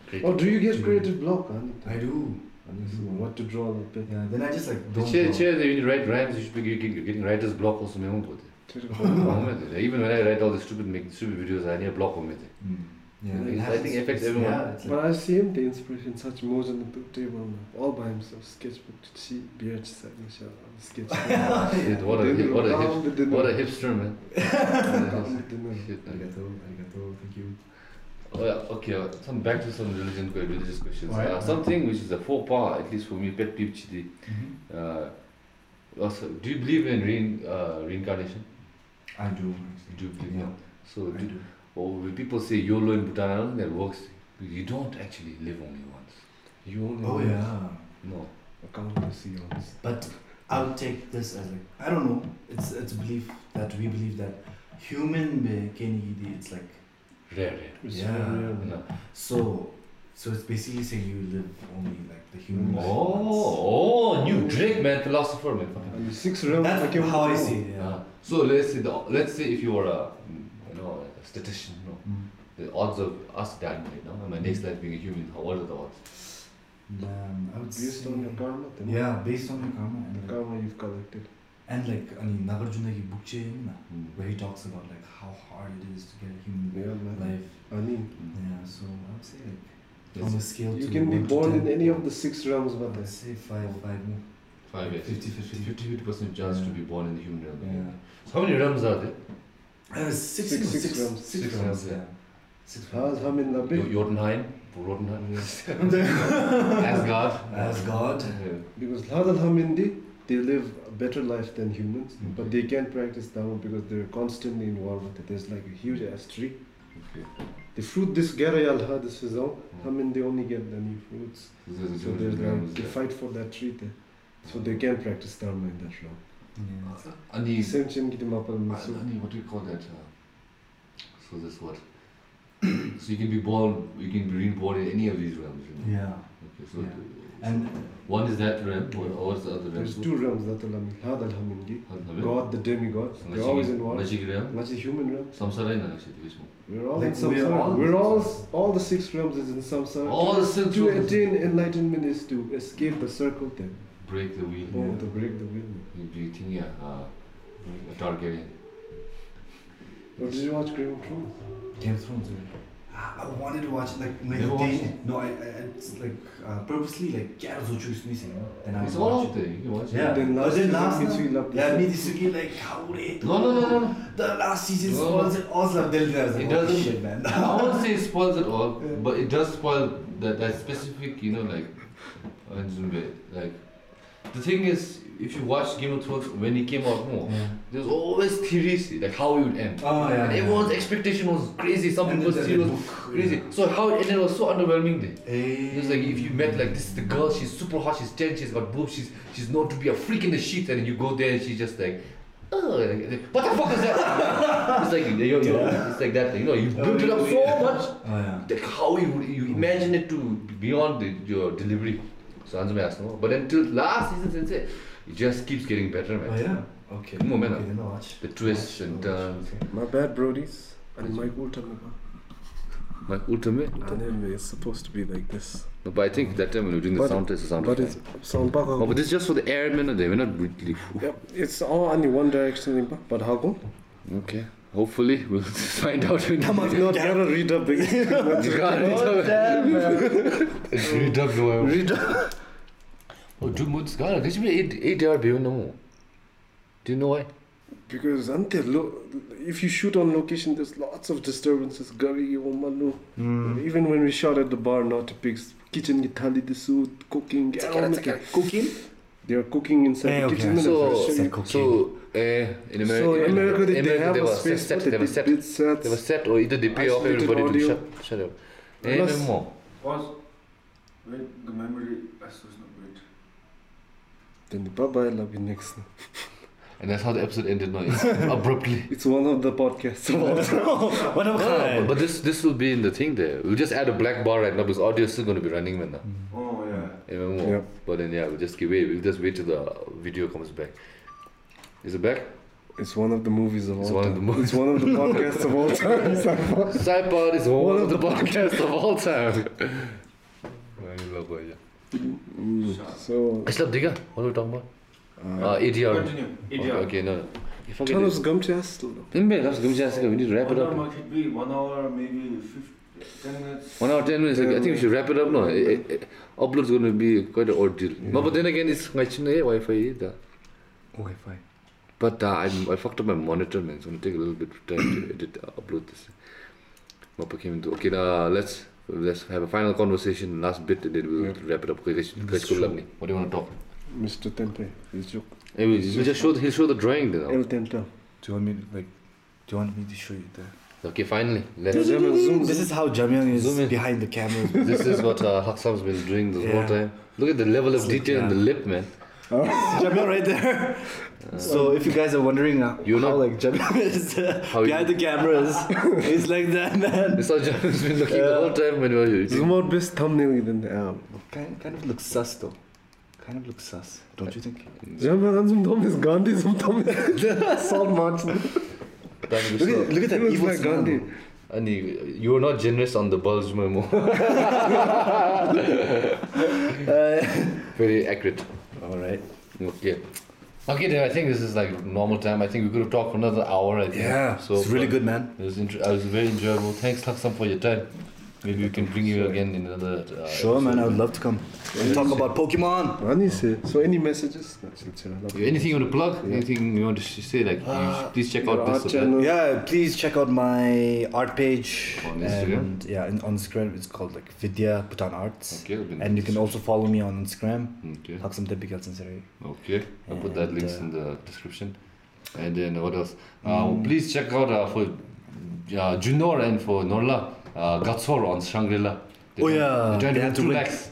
Great.
Oh, do you get creative block? I need to,
I do.
I need to
Mm.
what to draw a little bit.
Yeah. Then I just like
The
don't.
chair,
know.
chair, when you write rhymes, you should be getting, you're getting writer's block also. मैं हूँ बहुत। Mohammed, Even when I write all the stupid, making stupid videos, I need a block on me.
Mm. Yeah.
Like,
it
I
happens.
think it affects
It's-
everyone.
Yeah, it's like,
But I see him the inspiration such more than the table man. all by himself sketchbook to see beard said Michelle sketchbook.
Shit, what a hip, what a hip, what a hipster man. Shit, man.
Arigato, arigato, thank you.
Oh, yeah, okay, uh, some back to some religion, religious questions.
Alright,
Uh,
alright.
something which is a faux pas, at least for me, pet peeve chidi. Uh, also, do you believe in rein, uh, reincarnation?
I do.
You do believe,
Yeah,
yeah. So,
I
do,
do.
or when people say YOLO in Bhutan, I don't think that works. You don't actually live only once.
You only
Oh
need
yeah.
No.
a countless eons.
But I'll take this as like I don't know. It's it's a belief that we believe that human be can eat it's like
Rare, rare.
It's
Yeah.
very rare, man.
No.
so so it's basically saying you live only like the human life once.
Oh, oh, new Drake, man, philosopher, man. fucking
And six realms
That's
came
how I
from.
see it. Yeah.
Uh, so let's say the, let's say if you were a you know a statistician, you know,
Mm.
the odds of us dying, you know, in my next life being a human, how, what are the odds?
Um, I would
Based
say,
on your karma, then.
yeah, based on your karma and
The
like,
karma you've collected.
and like I mean Nagarjuna ki book chain, where
Mm.
he talks about like how hard it is to get a human
Yeah, man.
life.
I mean,
Yeah, so I would say like
Yes.
on a scale
you
to
can be
one to
born in
10,
any of the six realms, but
I'd say five, five more.
Five years.
50-50.
50 percent chance to
Yeah.
be born in the human realm.
Yeah.
So how many realms are there?
Uh, six,
Six-
six,
six
six,
rounds.
six
Six rounds,
rounds, yeah. Six
How's
rounds.
hum in
Jo-
Nabi?
Jotunheim, Rodenheim, Asgard.
Asgard.
Yeah.
Because Hadal Hamindi, they live a better life than humans,
Mhm.
but they can't practice Dharma because they're constantly involved with it. There's like a huge ass tree.
Okay.
The fruit this Garayalha, this is all.
Mm.
I mean, they only get the new fruits.
This is
Um, So
different
they're
realms,
like, they
yeah.
fight for that tree there. So they can practice Dharma in that realm.
Yeah.
Ani,
Same thing with the Mapal Masu.
Ani, what do you call that? Uh, so this what? so you can be born, you can be reborn in any of these realms. You know?
Yeah.
Okay, so
Yeah.
the-
And
one is that realm, or what's the other realm?
There's two realms, Datalam, Hadal Hamindi. God, the demigod. They're always involved.
Magic realm.
That's the human realm.
Samsara in actually, which one?
We're all in
Like, we are all
samsara.
in
We're all,
samsara.
all the six realms is in samsara.
All the six
to
realms.
attain enlightenment is to escape the circle then.
Break the wheel.
Oh, to break the wheel.
Do you think, yeah, uh, Targaryen?
Or did you watch Game of Thrones?
Game of Thrones. yeah. Ah, I wanted to watch it like
Never watched
meditation. No, I, I it's like uh, purposely like yeah, so choose missing. And I
It's
would
all
watch
out
it.
there. You can watch
Yeah.
it.
Then
But
last
then
season,
last
Mitsuki loved the
Yeah, me
sex.
this again like how they
No, no, no, no, no.
the last season
No.
spoils it all of them. I was
It
like,
doesn't-
oh, shit, man.
I won't say it spoils it all,
Yeah.
but it does spoil that, that specific, you know, like, origin bit. Like, the thing is, if you watch Game of Thrones when it came out more,
Yeah.
there's always theories like how it would end.
Oh yeah.
And
yeah.
everyone's expectation was crazy. Some
And
people's
then
theory
the
was
book,
crazy.
yeah.
So how it ended was so underwhelming. Then it
Hey.
was like if you met like this is the girl, she's super hot, she's ten, she's got boobs, she's she's known to be a freak in the sheets, and you go there and she's just like. Oh, like, what the fuck is that? it's like you know, it's like that thing. You know, you built it up so much
Oh yeah.
that how you would- you imagine it to beyond the, your delivery. So Anjum asked, no. But until last season, sensei, it just keeps getting better, man.
Oh yeah. Okay.
No, man,
Okay, then I'll watch.
The twists and uh,
I'll watch,
turns.
okay.
My bad, Brodies. And my ultimate.
Like ultimate.
Anime is supposed to be like this.
No, but I think that time when we were doing the
But-
sound test, the sound
But
was
it's
fine.
sound
No, but
bug.
this is just for the airmen, and they were not really.
Yep, it's all only one direction, but how come?
Okay. Hopefully, we'll find out. When
I'm not gonna read up the
You can't read up. Read up, no.
read up.
Oh, two moods. God, this should be eight eight hour beyond no more. Do you know why?
Because ante lo- if you shoot on location, there's lots of disturbances. Gari, Omalu.
Hmm.
Even when we shot at the bar, not pigs. Kitchen, githali, disu, cooking.
Cooking.
They're cooking inside
Eh,
the
okay.
kitchen. and
So,
fresh-
Set cooking.
so uh, in America,
so in America, they, they have
they
a
were
space.
set,
but
set, they were set,
did sets.
they were set, or either they pay off
Isolated
everybody to
audio.
shut, shut up. Eh,
Plus-
no more.
Pause. Wait, the memory is not great.
Then the Baba will be next.
And that's how the episode ended now, it's abruptly.
It's one of the podcasts.
What
No, no, but- but this this will be in the thing there. We'll just add a black bar right now because audio is still going to be running right now.
Oh, yeah.
Even more.
Yeah.
But then yeah, we'll just give wait. We'll just wait till the video comes back. Is it back?
It's one of the movies of
It's
all
one of
time.
the movies.
It's one of the podcasts of all time.
Sidepod is one, of the podcasts of all time. I love it, yeah.
Mm, so,
Ashraf Digga, what are we talking about?
uh,
Uh, ADR.
Continue.
Okay,
Idiot.
okay, no. no. If I get
tell us
it-
gum to us. Lulu.
Nimbe, that's good, just, we need to wrap it
One hour
up.
mark should be one hour, maybe 15, 10 minutes.
One hour, ten minutes. okay, I think we should wrap it up now. Eh, eh, eh, Upload's going to be quite an ordeal. No, but then again, it's my China Wi-Fi. eh, da.
Wi-Fi.
But uh, I'm, I fucked up my monitor, man. It's gonna take a little bit of time to edit, uh, upload this. Mappa came into. Okay, now let's let's have a final conversation, last bit, and then we'll wrap it up. Okay, guys, guys, good luck, me. What do you want to talk?
Mr. Tempe. He's joke.
Anyway, we'll just show. The, he'll show the drawing then.
El Tempe.
Do you want me to, like? Do you want me to show you the?
Okay, finally, let's.
Mm, This is how Jamil is
Zoom in.
behind the camera.
this is what uh, Haksam's been doing this
Yeah.
whole time. Look at the level of
It's like,
detail in the
yeah.
lip, man.
Ah.
Jamil right there. So if you guys are wondering uh,
Uh, You're
how
not-
like Jamil is uh,
How you-
behind the cameras, he's like that man.
This is how Jamil's been looking the whole time when we were eating.
Zoom out best thumbnail than the um.
Kind, kind of looks sus though. Kind of looks sus, don't you think?
Jamil zum Tom is Gandhi zum Tom. Salt Martin.
Time to stop.
Look at, look at that
He was
evil
like
smile.
Gandhi.
though.
And you, you were not generous on the bulge memo.
Uh,
Very accurate.
All right.
Okay. Okay, then I think this is like normal time. I think we could have talked for another hour. I think.
Yeah.
So
it's really
far.
good, man.
It was, inter- I was very enjoyable. Thanks, Laksam, for your time. Maybe we can bring you again in another. Uh,
Sure, man. I
episode.
would love to come and talk about Pokemon.
Ani se. So any messages? No, it's enough.
Anything you want to plug? Anything you want to sh- say? Like,
Uh,
you, please check
Your
out
art
this.
channel.
Yeah, please check out my art page
On Instagram?
And, yeah, and on Instagram it's called like Vidya Bhutan Arts.
Okay. we'll be-
And you can also follow me on Instagram.
Okay.
Haksam Tepikal Sansari.
Okay, I'll put that
And,
links
uh,
in the description. And then what else? Uh,
Hmm.
Please check out uh, for uh, Junor and for Norla uh, Gatsor on Shangri La.
Oh, yeah,
they're trying
they
to win
have
two
to win.
lakhs.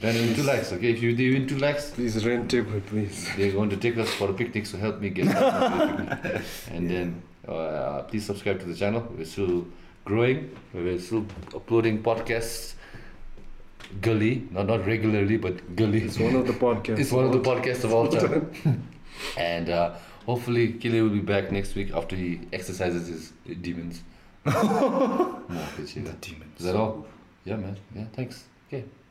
They're trying to win two lakhs. Okay, if you they win two lakhs,
Please rent table, please.
they're going to take us for a picnic. So help me get. that picnic. and then uh, please subscribe to the channel. We're still growing. We're still uploading podcasts. Gully, not not regularly, but gully.
It's one of the podcasts.
It's one of the podcasts of all time. and uh, hopefully, Kili will be back next week after he exercises his demons. More pitchy, yeah.
Demons.
Is that all? Yeah, man. Yeah, thanks. Okay.